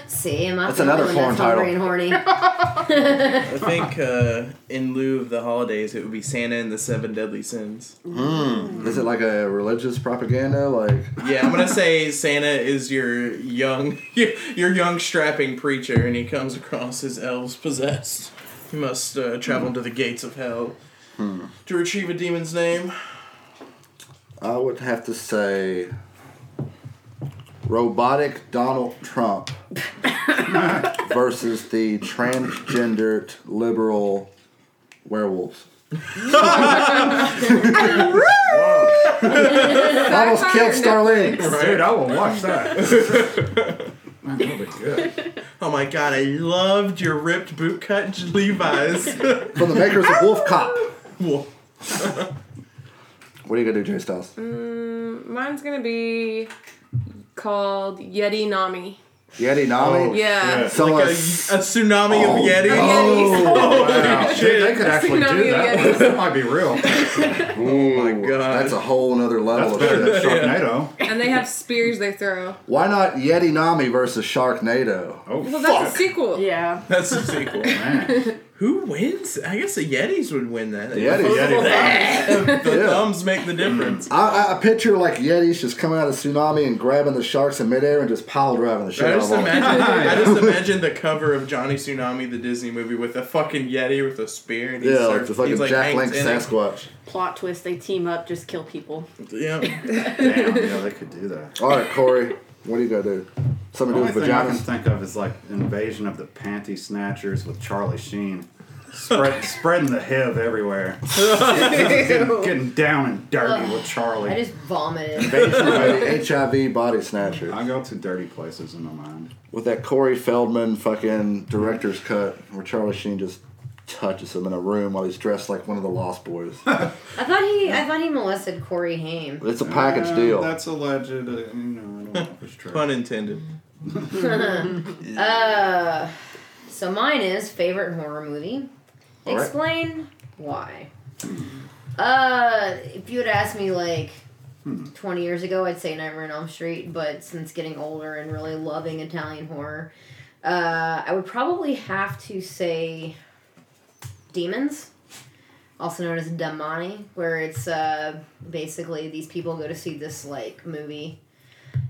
Speaker 3: See, am I
Speaker 1: That's another
Speaker 3: feeling that's
Speaker 1: foreign
Speaker 3: hungry and horny?
Speaker 2: I think uh, in lieu of the holidays, it would be Santa and the Seven Deadly Sins.
Speaker 1: Is it like a religious propaganda? Like,
Speaker 2: Yeah, I'm gonna say Santa is your young, your young strapping preacher, and he comes across his elves possessed. He must uh, travel to the gates of hell to retrieve a demon's name.
Speaker 1: I would have to say, robotic Donald Trump versus the transgendered liberal werewolves.
Speaker 4: Whoa.
Speaker 1: Almost
Speaker 5: Sci-fi
Speaker 1: killed
Speaker 5: or
Speaker 1: Starling.
Speaker 4: Dude, I will watch that. Man, that'll be good.
Speaker 2: Oh my god, I loved your ripped bootcut Levi's.
Speaker 1: From the makers of Wolf Cop.
Speaker 2: Well,
Speaker 1: What are you gonna do, Jay Styles?
Speaker 2: Mm.
Speaker 5: Mine's gonna be called Yeti Nami.
Speaker 1: Yeti Nami?
Speaker 5: Yeah.
Speaker 4: shit.
Speaker 1: So
Speaker 2: Oh, like a, a
Speaker 1: a-
Speaker 2: tsunami
Speaker 1: Oh,
Speaker 2: of Yetis.
Speaker 4: Oh, wow. Dude, they could actually
Speaker 5: Tsunami
Speaker 4: do that.
Speaker 5: again.
Speaker 4: That might be real. That's
Speaker 1: Ooh,
Speaker 2: oh my God.
Speaker 1: That's a whole nother level
Speaker 4: better
Speaker 1: of
Speaker 4: than
Speaker 1: shit.
Speaker 4: Sharknado.
Speaker 5: And they have spears they throw.
Speaker 1: Why not Yeti Nami versus Sharknado?
Speaker 4: Oh,
Speaker 5: Well, that's
Speaker 4: fuck.
Speaker 5: a sequel.
Speaker 6: Yeah.
Speaker 2: That's a sequel.
Speaker 4: Man.
Speaker 2: Who wins? I guess the Yetis would win that.
Speaker 1: The Yeti.
Speaker 2: the
Speaker 1: Yeah.
Speaker 2: thumbs make the difference.
Speaker 1: I, I picture like Yetis just coming out of tsunami and grabbing the sharks in midair and just pile driving the shit out
Speaker 2: I
Speaker 1: of
Speaker 2: just
Speaker 1: them.
Speaker 2: imagine, I just imagine the cover of Johnny Tsunami, the Disney movie, with a fucking Yeti with a spear. And he
Speaker 1: Yeah, like
Speaker 2: starts-
Speaker 1: the fucking
Speaker 2: he's, like,
Speaker 1: Jack
Speaker 2: hangs
Speaker 1: Link
Speaker 2: in it.
Speaker 1: Sasquatch.
Speaker 6: Plot twist: they team up, just kill people.
Speaker 2: Yeah.
Speaker 4: Damn, yeah, they could do that.
Speaker 1: All right, Corey, what do you got to do? Something to do
Speaker 4: Only
Speaker 1: with
Speaker 4: thing I can
Speaker 1: vaginas?
Speaker 4: think of is like invasion of the panty snatchers with Charlie Sheen, Spread, spreading the HIV everywhere, getting, getting down and dirty with
Speaker 3: I
Speaker 4: Charlie.
Speaker 3: just vomited.
Speaker 1: Invasion of the HIV body snatcher.
Speaker 4: I go to dirty places in my mind.
Speaker 1: with that Corey Feldman fucking director's cut where Charlie Sheen just touches him in a room while he's dressed like one of the Lost Boys.
Speaker 3: I thought he, I thought he molested Corey Haim.
Speaker 1: It's a package
Speaker 4: Uh,
Speaker 1: deal.
Speaker 4: That's alleged. Uh, you know, I don't know if it's true.
Speaker 2: Pun intended.
Speaker 3: Uh, so mine is favorite horror movie.
Speaker 1: All right.
Speaker 3: Explain why. Uh, if you had asked me like
Speaker 1: Hmm.
Speaker 3: 20 years ago, I'd say Nightmare on Elm Street. But since getting older and really loving Italian horror, uh, I would probably have to say Demons, also known as Demani, where it's uh, basically these people go to see this like movie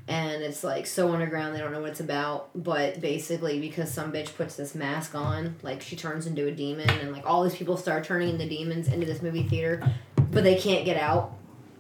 Speaker 3: and it's like so underground they don't know what it's about but basically because some bitch puts this mask on like she turns into a demon and like all these people start turning into demons into this movie theater but they can't get out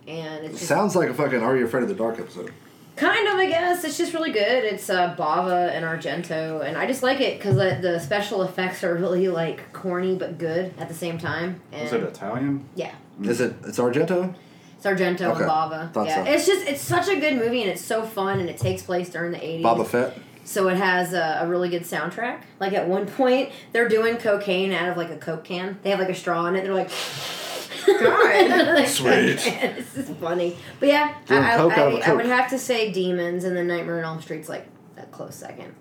Speaker 3: and it's just
Speaker 1: Sounds like a fucking Are You Afraid of the Dark episode.
Speaker 3: kind of i guess it's just really good it's uh bava and argento and i just like it because the, the special effects are really like corny but good at the same time and
Speaker 4: Was it Italian?
Speaker 3: yeah
Speaker 1: Is it? It's Argento.
Speaker 3: it's argento
Speaker 1: Okay.
Speaker 3: and bava
Speaker 1: Thought
Speaker 3: yeah
Speaker 1: so.
Speaker 3: it's just it's such a good movie and it's so fun and it takes place during the 80s
Speaker 1: Boba Fett.
Speaker 3: So it has a, a really good soundtrack. Like at one point, they're doing cocaine out of like a coke can. They have like a straw in it. They're like, God,
Speaker 2: Sweet.
Speaker 3: this is funny. But yeah, I,
Speaker 1: Doing
Speaker 3: I,
Speaker 1: coke out of a
Speaker 3: I- I
Speaker 1: Coke.
Speaker 3: would have to say Demons and then Nightmare on Elm Street's like a close second.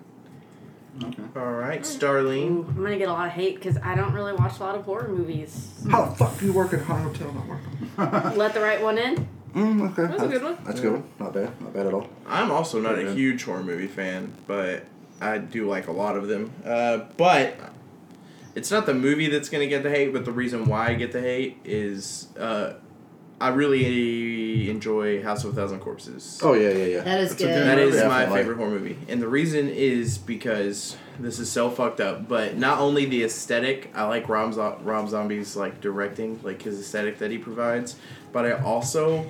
Speaker 4: Okay.
Speaker 2: All right, Starlene.
Speaker 6: Ooh, I'm gonna get a lot of hate because I don't really watch a lot of horror movies.
Speaker 1: Mm. How the fuck do you work at High Hotel Network?
Speaker 6: Let the right one in.
Speaker 1: Mm, okay, that's
Speaker 5: a good one.
Speaker 1: That's a good one. Not bad. Not bad at all.
Speaker 2: I'm also not a
Speaker 4: Okay.
Speaker 2: huge horror movie fan, but I do like a lot of them. Uh, but it's not the movie that's going to get the hate, but the reason why I get the hate is uh, I really enjoy House of a Thousand Corpses.
Speaker 1: Oh yeah, yeah, yeah.
Speaker 3: That is
Speaker 4: a
Speaker 3: good.
Speaker 4: good-
Speaker 2: That is my
Speaker 1: Definitely.
Speaker 2: favorite horror movie. And the reason is because this is so fucked up, but not only the aesthetic, I like Rob, Zo- Rob Zombie's like directing, like his aesthetic that he provides, but I also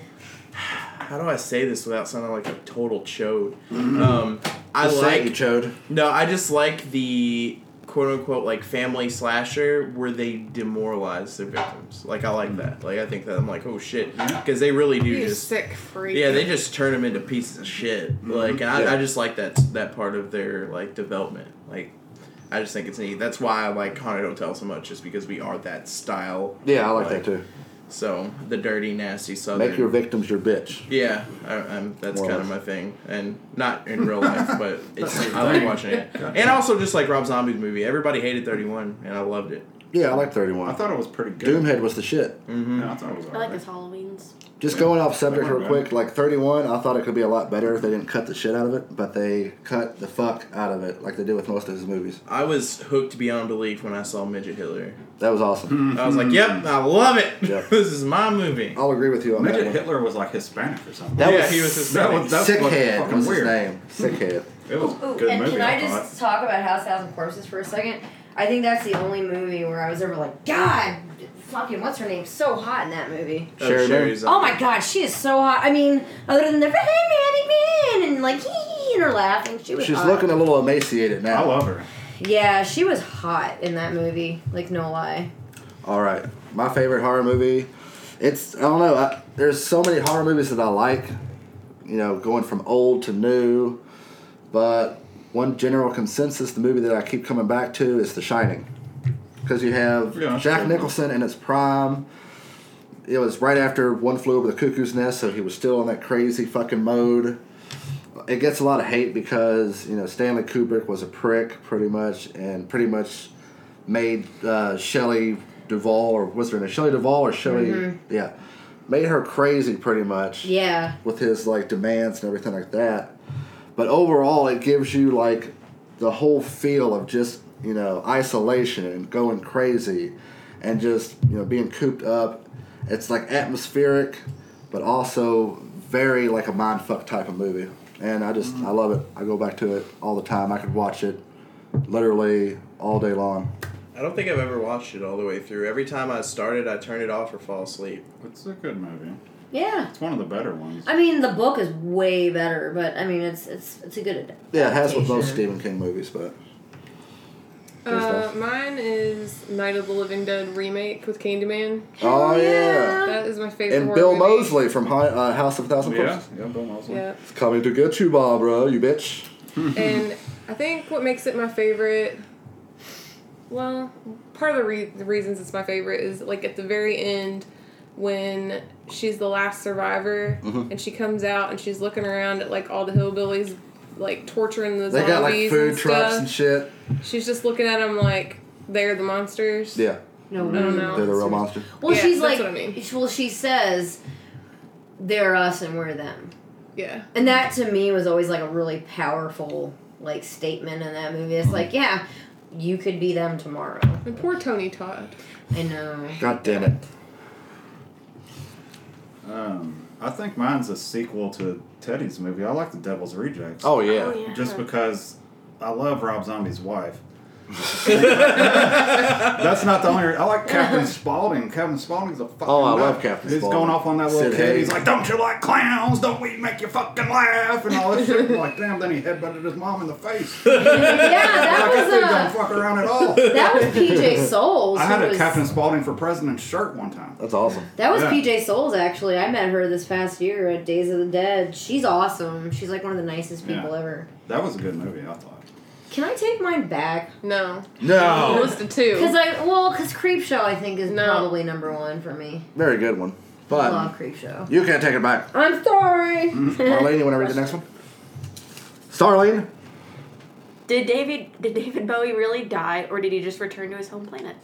Speaker 2: how do I say this without sounding like a total chode? Um, I
Speaker 1: Mm-hmm. Just say it, you
Speaker 2: like
Speaker 1: chode.
Speaker 2: no, I just like the quote unquote like family slasher where they demoralize their victims. Like I
Speaker 1: Mm-hmm.
Speaker 2: like that. Like I think that I'm like oh shit because they really do
Speaker 5: You
Speaker 2: just
Speaker 5: sick freak.
Speaker 2: yeah, they just turn them into pieces of shit. Like, and I,
Speaker 1: Mm-hmm. Yeah.
Speaker 2: I just like that that part of their like development. Like, I just think it's neat. That's why I like Haunted Hotel so much, just because we are that style.
Speaker 1: Yeah, I like that too.
Speaker 2: So the dirty, nasty southern.
Speaker 1: Make your victims your bitch.
Speaker 2: yeah, I, I'm, that's
Speaker 1: More or
Speaker 2: kind of
Speaker 1: less.
Speaker 2: my thing, and not in real life, but it's I like watching it, and also just like Rob Zombie's movie. Everybody hated Thirty One, and I loved it.
Speaker 1: Yeah, I like Thirty
Speaker 4: I
Speaker 1: One.
Speaker 4: thought it was pretty good.
Speaker 1: Doomhead was the shit.
Speaker 4: Yeah, I thought it was.
Speaker 6: I like
Speaker 4: alright.
Speaker 6: his Halloween's.
Speaker 1: Just going off subject
Speaker 4: That one,
Speaker 1: real quick, like 31, I thought it could be a lot better if they didn't cut the shit out of it, but they cut the fuck out of it like they did with most of his movies.
Speaker 2: I was hooked beyond belief when I saw Midget Hitler.
Speaker 1: That was
Speaker 4: Hmm.
Speaker 1: awesome.
Speaker 2: I was like, "Yep, I love it.
Speaker 1: Mm-hmm. Yep.
Speaker 2: this is my movie."
Speaker 1: I'll agree with you on
Speaker 4: Midget
Speaker 1: Oh, that one.
Speaker 4: Hitler was like Hispanic or something.
Speaker 1: That
Speaker 2: yeah,
Speaker 1: was
Speaker 2: he was his
Speaker 4: that was- that's fucking-
Speaker 1: Sickhead
Speaker 4: fucking
Speaker 1: was his
Speaker 4: weird.
Speaker 1: name. Sickhead.
Speaker 4: It was a
Speaker 3: Ooh,
Speaker 4: good
Speaker 3: and
Speaker 4: movie.
Speaker 3: can I just
Speaker 4: thought.
Speaker 3: talk about House Thousand Corpses for a second? I think that's the only movie where I was ever like, God, fucking, what's her name? So hot in that movie.
Speaker 2: Oh,
Speaker 1: Sherry
Speaker 2: Sherry's
Speaker 3: Oh
Speaker 2: up.
Speaker 3: my god, she is so hot. I mean, other than the man and like hee and her laughing, she was.
Speaker 1: She's
Speaker 3: hot.
Speaker 1: looking a little emaciated now.
Speaker 4: I love her.
Speaker 3: Yeah, she was hot in that movie. Like no lie.
Speaker 1: All right, my favorite horror movie. It's I don't know. I, there's so many horror movies that I like. You know, going from old to new, but one general consensus, the movie that I keep coming back to is The Shining, because you have
Speaker 4: Yeah, that's
Speaker 1: Jack
Speaker 4: good.
Speaker 1: Nicholson in his prime. It was right after One Flew Over the Cuckoo's Nest, so he was still in that crazy fucking mode. It gets a lot of hate because you know Stanley Kubrick was a prick, pretty much, and pretty much made uh, Shelley Duvall or was her name Shelley Duvall or Shelley? Yeah, made her crazy pretty much
Speaker 3: Yeah.
Speaker 1: with his like demands and everything like that. But overall, it gives you like the whole feel of just you know, isolation and going crazy and just, you know, being cooped up. It's like atmospheric, but also very like a mind fuck type of movie. And I just, I love it. I go back to it all the time. I could watch it literally all day long.
Speaker 2: I don't think I've ever watched it all the way through. Every time I started, I turn it off or fall asleep.
Speaker 4: It's a good movie.
Speaker 3: Yeah.
Speaker 4: It's one of the better ones.
Speaker 3: I mean, the book is way better, but I mean, it's it's it's a good. ad-
Speaker 1: Yeah, it has with most
Speaker 3: adaptation.
Speaker 1: Stephen King movies, but
Speaker 5: Uh, mine is Night of the Living Dead remake with Candyman.
Speaker 1: oh yeah,
Speaker 5: That is my favorite.
Speaker 1: and
Speaker 5: horror
Speaker 1: Bill
Speaker 5: movie.
Speaker 1: Mosley from Hi- uh, House of a Thousand
Speaker 4: Oh, yeah,
Speaker 1: Corpses
Speaker 4: yeah, Bill Mosley.
Speaker 5: Yeah.
Speaker 1: It's coming to get you, Barbara, you bitch.
Speaker 5: and I think what makes it my favorite, well, part of the, re- the reasons it's my favorite is like at the very end when she's the last survivor
Speaker 1: Mm-hmm.
Speaker 5: and she comes out and she's looking around at like all the hillbillies like torturing the
Speaker 1: They
Speaker 5: zombies
Speaker 1: got like food
Speaker 5: and
Speaker 1: trucks
Speaker 5: stuff.
Speaker 1: and shit.
Speaker 5: she's just looking at them like they're the monsters.
Speaker 1: Yeah,
Speaker 3: No,
Speaker 5: I don't know.
Speaker 1: they're the real monster.
Speaker 3: Well,
Speaker 5: Yeah,
Speaker 3: she's like,
Speaker 5: that's what I mean.
Speaker 3: well, she says, "They're us and we're them,"
Speaker 5: Yeah.
Speaker 3: and that to me was always like a really powerful like statement in that movie. It's like, yeah, you could be them tomorrow.
Speaker 5: And poor Tony Todd.
Speaker 3: I know.
Speaker 1: God damn it.
Speaker 4: Um, I think mine's a sequel to Teddy's movie. I like The Devil's Rejects.
Speaker 1: Oh yeah.
Speaker 6: Oh, yeah.
Speaker 4: Just because I love Rob Zombie's wife. That's not the only. I like Captain Spaulding. Captain Spaulding's a fucking.
Speaker 1: Oh, I
Speaker 4: nut.
Speaker 1: love Captain
Speaker 4: He's
Speaker 1: Spaulding.
Speaker 4: going off on that little
Speaker 1: Sid
Speaker 4: kid.
Speaker 1: Haig.
Speaker 4: He's like, "Don't you like clowns? Don't we make you fucking laugh?" And all this shit. I'm like, damn. Then he headbutted his mom in the face. like,
Speaker 3: Yeah, that
Speaker 4: that dude
Speaker 3: was
Speaker 4: don't
Speaker 3: uh,
Speaker 4: fuck around at all.
Speaker 3: that was PJ Souls.
Speaker 4: I
Speaker 3: who
Speaker 4: had a
Speaker 3: was-
Speaker 4: Captain Spaulding for President shirt one time.
Speaker 1: That's awesome.
Speaker 3: That was
Speaker 4: Yeah.
Speaker 3: PJ Souls actually. I met her this past year at Days of the Dead. She's awesome. She's like one of the nicest people
Speaker 4: Yeah.
Speaker 3: ever.
Speaker 4: That was a good movie. I thought.
Speaker 3: Can I take mine back?
Speaker 5: No.
Speaker 1: No.
Speaker 5: List of two.
Speaker 3: Cause I well, cause Creepshow I think is
Speaker 5: No.
Speaker 3: probably number one for me.
Speaker 1: Very good one.
Speaker 3: I
Speaker 1: But
Speaker 3: Love Creepshow.
Speaker 1: you can't take it back.
Speaker 3: I'm sorry.
Speaker 4: Mm.
Speaker 1: Marlene, you want to read the next one? Starlene?
Speaker 6: Did David did David Bowie really die, or did he just return to his home planet?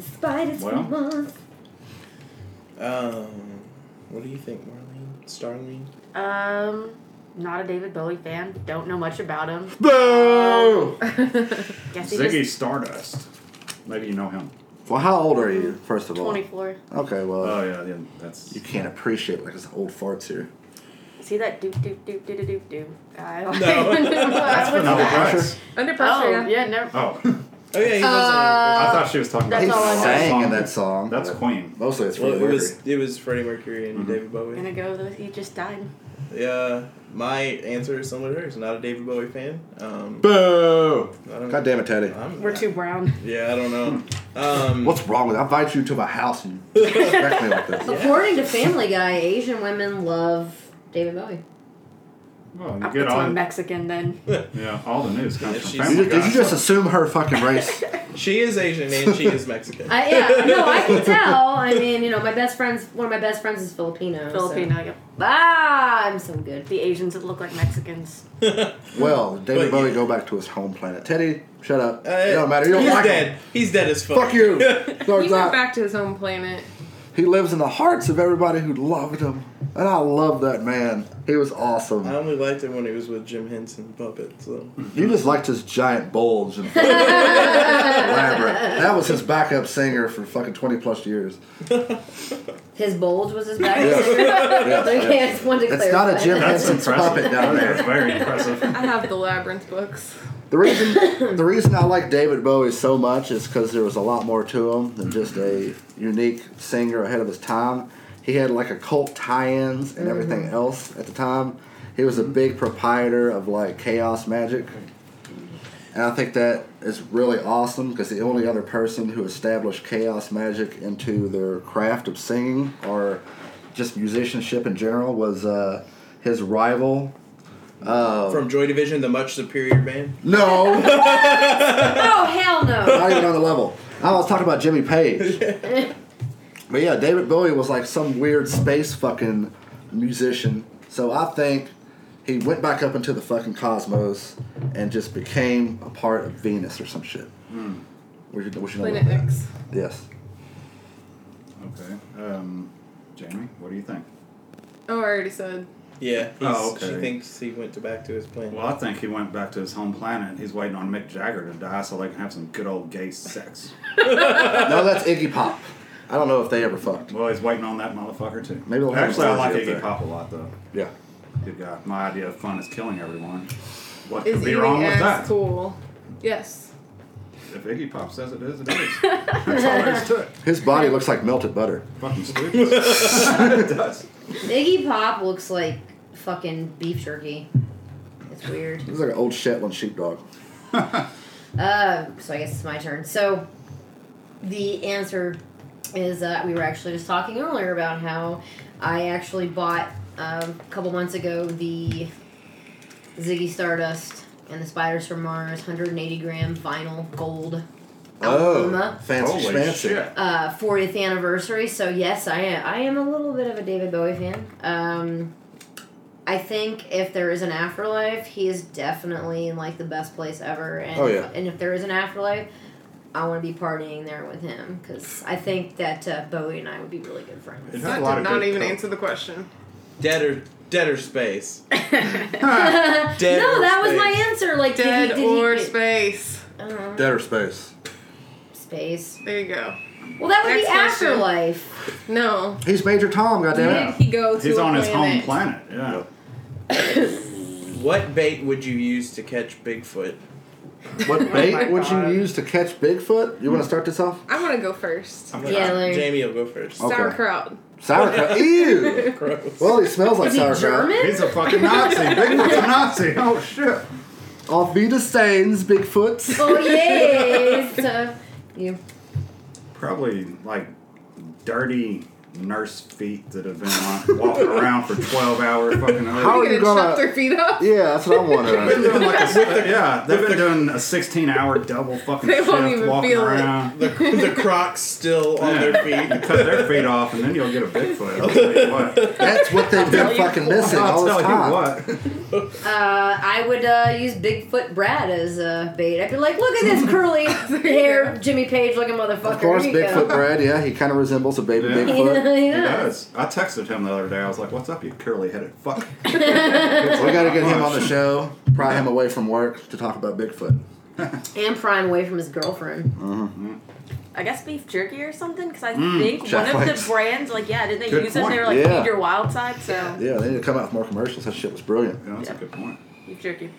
Speaker 3: Spiders
Speaker 4: Well.
Speaker 3: from Mars.
Speaker 2: Um, what do you think, Marlene? Starlene?
Speaker 6: Um, not a David Bowie fan. Don't know much about him.
Speaker 1: Boo!
Speaker 6: Guess he
Speaker 4: Ziggy
Speaker 6: was
Speaker 4: Stardust. Maybe you know him.
Speaker 1: Well, how old are you, first of all?
Speaker 6: twenty four.
Speaker 1: Okay, well,
Speaker 4: Oh yeah, yeah that's
Speaker 1: you can't appreciate like this old farts here.
Speaker 6: See that doop doop doop doop doop doop. I don't
Speaker 5: No.
Speaker 4: Vanilla
Speaker 1: Pressure?
Speaker 4: Ice.
Speaker 5: Under pressure.
Speaker 6: Oh yeah, never.
Speaker 4: Oh,
Speaker 2: Oh yeah, he was.
Speaker 4: I
Speaker 3: Uh,
Speaker 4: thought she was talking about
Speaker 6: That's
Speaker 1: He
Speaker 6: all I know.
Speaker 1: sang in that song.
Speaker 4: That's Queen.
Speaker 1: Mostly it's
Speaker 2: well,
Speaker 1: Freddie
Speaker 2: it
Speaker 1: Mercury.
Speaker 2: was it was Freddie Mercury and David
Speaker 6: I'm
Speaker 2: Bowie.
Speaker 6: gonna go. With, he just died.
Speaker 2: Yeah, my answer is similar to hers. Not a David Bowie fan. Um,
Speaker 1: Boo!
Speaker 2: I don't,
Speaker 1: God damn it, Teddy.
Speaker 2: I'm,
Speaker 6: We're too brown.
Speaker 2: Yeah, I don't know. Um,
Speaker 1: What's wrong with I invite you to my house and you disrespect me like this.
Speaker 3: According to Family Guy, Asian women love David Bowie.
Speaker 4: Well, you
Speaker 6: I'm
Speaker 4: get all
Speaker 6: Mexican then.
Speaker 4: yeah, all the news comes
Speaker 2: If
Speaker 4: from
Speaker 2: she's-
Speaker 1: You
Speaker 4: Family
Speaker 1: just-
Speaker 4: Guy.
Speaker 1: did you just assume her fucking race?
Speaker 2: she is Asian and she is Mexican.
Speaker 3: I, Uh, yeah, no, I can tell. I mean, you know, my best friend's one of my best friends is Filipino. so-
Speaker 6: Filipino. Yep.
Speaker 3: Ah, I'm so good.
Speaker 6: The Asians that look like Mexicans.
Speaker 1: Well, David
Speaker 2: But
Speaker 1: Bowie
Speaker 2: you-
Speaker 1: go back to his home planet. Teddy, shut up.
Speaker 2: Uh,
Speaker 1: it don't matter. You don't
Speaker 2: he's
Speaker 1: like
Speaker 2: dead.
Speaker 1: him.
Speaker 2: He's dead as fuck.
Speaker 1: Fuck you. No,
Speaker 5: he
Speaker 1: it's
Speaker 5: went
Speaker 1: not.
Speaker 5: back to his home planet.
Speaker 1: He lives in the hearts of everybody who loved him. And I love that man. He was awesome.
Speaker 2: I only liked him when he was with Jim Henson puppet. So
Speaker 1: You just liked his giant bulge and fucking elaborate. That was his backup singer for fucking 20 plus years.
Speaker 3: His bulge was his back.
Speaker 1: Yes,
Speaker 3: Okay,
Speaker 1: yes.
Speaker 3: I just wanted to
Speaker 1: It's not a
Speaker 3: clarify.
Speaker 1: Jim
Speaker 4: That's
Speaker 1: Henson's puppet
Speaker 4: impressive.
Speaker 1: down there.
Speaker 4: That's very impressive.
Speaker 5: I have the labyrinth books.
Speaker 1: The reason the reason I like David Bowie so much is because there was a lot more to him than just a unique singer ahead of his time. He had like occult tie-ins and everything else at the time. He was a big proprietor of like chaos magic, and I think that is really awesome because the only other person who established chaos magic into their craft of singing or just musicianship in general was uh, his rival.
Speaker 2: from Joy Division, the much superior band.
Speaker 1: No.
Speaker 3: Oh hell no!
Speaker 1: not even on the level. I was talking about Jimmy Page. but yeah, David Bowie was like some weird space fucking musician. So I think he went back up into the fucking cosmos and just became a part of Venus or some shit. We should, we should know
Speaker 5: Planet
Speaker 1: about
Speaker 5: X.
Speaker 1: that. Yes.
Speaker 4: Okay, um, Jamie, what do you think?
Speaker 5: Oh, I already said.
Speaker 2: Yeah. He's,
Speaker 4: Oh, okay.
Speaker 2: She thinks he went to back to his planet.
Speaker 4: Well, I think he went back to his home planet. He's waiting on Mick Jagger to die so they can have some good old gay sex.
Speaker 1: No, that's Iggy Pop. I don't know if they ever fucked.
Speaker 4: Well, he's waiting on that motherfucker too.
Speaker 1: Maybe they'll have
Speaker 4: actually, I
Speaker 1: a
Speaker 4: like
Speaker 1: surgery up
Speaker 4: Iggy
Speaker 1: there.
Speaker 4: Pop a lot though.
Speaker 1: Yeah.
Speaker 4: Good guy. My idea of fun is killing everyone. What
Speaker 5: Is
Speaker 4: could be
Speaker 5: eating
Speaker 4: wrong with
Speaker 5: ass
Speaker 4: that?
Speaker 5: cool? Yes.
Speaker 4: If Iggy Pop says it is, it is. That's all there is to it.
Speaker 1: His body looks like melted butter.
Speaker 4: Fucking stupid. it does.
Speaker 3: Iggy Pop looks like fucking beef jerky. It's weird.
Speaker 1: He's like an old Shetland sheepdog.
Speaker 3: Uh, so I guess it's my turn. So the answer is uh, we were actually just talking earlier about how I actually bought um, a couple months ago the Ziggy Stardust and the Spiders from Mars 180 gram vinyl gold
Speaker 1: Oh.
Speaker 3: album.
Speaker 1: fancy
Speaker 4: Holy
Speaker 1: schmancy.
Speaker 4: shit.
Speaker 3: Uh, 40th anniversary. So yes, I am. I am a little bit of a David Bowie fan. Um, I think if there is an afterlife, he is definitely in like the best place ever. And
Speaker 1: Oh, yeah.
Speaker 3: and if there is an afterlife, I want to be partying there with him because I think that uh, Bowie and I would be really good
Speaker 4: It
Speaker 3: friends.
Speaker 4: has
Speaker 5: That
Speaker 4: a
Speaker 5: did
Speaker 4: lot of
Speaker 5: not
Speaker 4: good
Speaker 5: even
Speaker 4: co-
Speaker 5: answer the question.
Speaker 2: Dead or dead or space. Dead
Speaker 3: no,
Speaker 2: or
Speaker 3: that was my
Speaker 2: space.
Speaker 3: answer. Like did he-
Speaker 5: Dead
Speaker 3: did he,
Speaker 5: or
Speaker 3: get-
Speaker 5: space.
Speaker 3: Uh,
Speaker 1: Dead or space.
Speaker 3: space.
Speaker 5: There you go.
Speaker 3: Well, that would
Speaker 5: Next
Speaker 3: be
Speaker 5: question.
Speaker 3: afterlife.
Speaker 5: No.
Speaker 1: He's Major Tom,
Speaker 5: Did
Speaker 1: goddammit.
Speaker 5: he go to
Speaker 4: He's
Speaker 5: a
Speaker 4: on his home planet.
Speaker 5: planet?
Speaker 4: Yeah.
Speaker 2: What bait would you use to catch Bigfoot?
Speaker 1: What bait
Speaker 5: my
Speaker 1: would you
Speaker 5: God.
Speaker 1: use to catch Bigfoot? You want to start this off?
Speaker 5: I want to go first.
Speaker 4: I'm
Speaker 3: Yeah,
Speaker 4: trying.
Speaker 3: like
Speaker 2: Jamie will go first.
Speaker 1: Okay.
Speaker 5: Sauerkraut.
Speaker 1: Sauerkraut. Ew.
Speaker 2: Gross.
Speaker 1: Well, he smells like
Speaker 3: is he
Speaker 1: sauerkraut.
Speaker 3: German?
Speaker 4: He's a fucking Nazi. Bigfoot's a Nazi. Oh shit.
Speaker 1: Off be the stains, Bigfoots.
Speaker 3: Oh yes. uh, you.
Speaker 4: Probably like dirty nurse feet that have been on, walking around for twelve hours. Fucking.
Speaker 1: How are
Speaker 5: They're
Speaker 1: you
Speaker 5: gonna
Speaker 1: gonna?
Speaker 5: chop their feet off.
Speaker 1: Yeah, that's what I'm
Speaker 4: They've been
Speaker 1: wondering.
Speaker 4: doing like a- yeah, they've been doing a 16 hour double fucking
Speaker 5: They
Speaker 4: shift
Speaker 5: won't even
Speaker 4: walking
Speaker 5: feel it.
Speaker 4: around.
Speaker 2: the, the Crocs still on their
Speaker 4: You
Speaker 2: feet.
Speaker 4: cut their feet off and then you'll get a Bigfoot. I'll tell you what.
Speaker 1: that's what they've been fucking missing all
Speaker 4: I'll
Speaker 1: this
Speaker 4: tell
Speaker 1: time.
Speaker 4: you what.
Speaker 3: Uh, I would uh, use Bigfoot Brad as uh, bait. I'd be like, look at this curly hair Jimmy Page looking motherfucker.
Speaker 1: Of course,
Speaker 3: Here you
Speaker 1: Bigfoot
Speaker 3: go.
Speaker 1: Brad. Yeah, he kind of resembles a baby
Speaker 4: Yeah.
Speaker 1: Bigfoot.
Speaker 4: He
Speaker 3: yeah.
Speaker 4: does. I texted him the other day. I was like, what's up, you curly headed fuck?
Speaker 1: We got to get him on the show. Pry him away from work to talk about Bigfoot.
Speaker 3: And prying away from his girlfriend.
Speaker 6: I guess beef jerky or something because I think one
Speaker 1: Mm, Chef
Speaker 6: of
Speaker 1: Mike's.
Speaker 6: the brands, like yeah, didn't they
Speaker 4: Good
Speaker 6: use them?
Speaker 4: point.
Speaker 6: They were like
Speaker 1: Yeah.
Speaker 6: feed your wild side, so
Speaker 1: Yeah, they need to come out with more commercials. That shit was brilliant.
Speaker 4: Yeah, that's a
Speaker 6: Yeah.
Speaker 4: good point.
Speaker 6: beef jerky.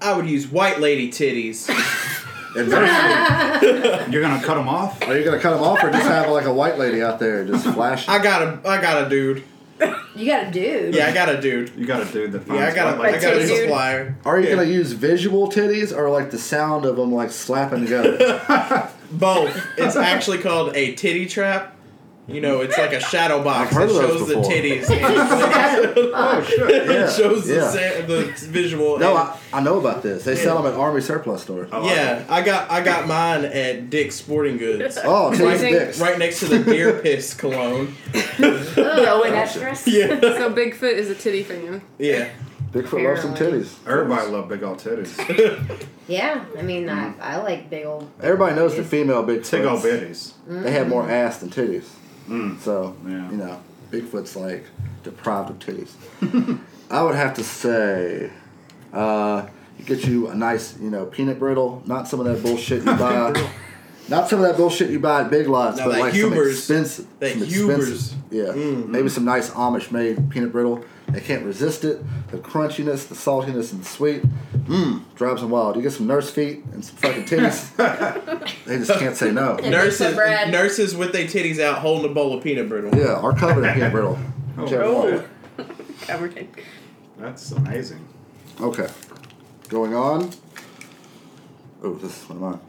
Speaker 2: I would use white lady titties.
Speaker 1: And very sweet.
Speaker 4: You're going to cut him off?
Speaker 1: Are you gonna cut him off or just have like a white lady out there just flash?
Speaker 2: I got a I got a dude.
Speaker 3: You got a dude.
Speaker 2: Yeah, I got a dude.
Speaker 4: You got a dude that finds
Speaker 2: Yeah, I got a,
Speaker 4: one like
Speaker 2: I got a
Speaker 6: Dude.
Speaker 2: supplier.
Speaker 1: Are you
Speaker 2: Yeah.
Speaker 1: gonna use visual titties or like the sound of them like slapping together?
Speaker 2: Both. It's actually called a titty trap. You know, it's like a shadow box
Speaker 1: I've heard
Speaker 2: that
Speaker 1: of those
Speaker 2: shows the
Speaker 1: before.
Speaker 2: titties. And
Speaker 4: Oh, shit.
Speaker 1: Yeah,
Speaker 2: it shows
Speaker 1: yeah.
Speaker 2: the, sa- the visual.
Speaker 1: No,
Speaker 2: and-
Speaker 1: I, I know about this. They sell them at Army Surplus stores.
Speaker 4: I like
Speaker 2: yeah, I got I got mine at Dick's Sporting Goods,
Speaker 1: Oh, titties,
Speaker 2: right,
Speaker 1: dicks.
Speaker 2: right next to the deer piss cologne.
Speaker 6: Oh, an extras.
Speaker 2: Yeah,
Speaker 5: So Bigfoot is a titty fan.
Speaker 2: yeah.
Speaker 1: Bigfoot loves some
Speaker 3: Apparently.
Speaker 1: titties.
Speaker 4: Everybody love big old titties.
Speaker 3: Yeah, I mean, I, I like big old.
Speaker 1: Everybody knows the female Bigfoot.
Speaker 4: Big old bitties.
Speaker 1: They have more ass than titties.
Speaker 2: Mm.
Speaker 1: So
Speaker 4: Yeah.
Speaker 1: you know, Bigfoot's like deprived of titties. I would have to say, uh, get you a nice, you know, peanut brittle. Not some of that bullshit you buy. Not some of that bullshit you buy at Big Lots,
Speaker 2: Now
Speaker 1: but
Speaker 2: that
Speaker 1: like
Speaker 2: Hubers-
Speaker 1: some expensive,
Speaker 2: that
Speaker 1: some
Speaker 2: Hubers. Mm-hmm.
Speaker 1: expensive, yeah. Maybe some nice Amish made peanut brittle. They can't resist it. The crunchiness, the saltiness, and the sweet. Mmm, drives them wild. You get some nurse feet and some fucking titties. they just can't say no.
Speaker 2: Nurses,
Speaker 3: bread.
Speaker 2: nurses with their titties out, holding a bowl of peanut brittle.
Speaker 1: Yeah, our covenant peanut brittle.
Speaker 4: Oh,
Speaker 1: Whichever one.
Speaker 4: shit.
Speaker 6: Everton.
Speaker 4: That's amazing.
Speaker 1: Okay. Going on. Oh, this is one of mine.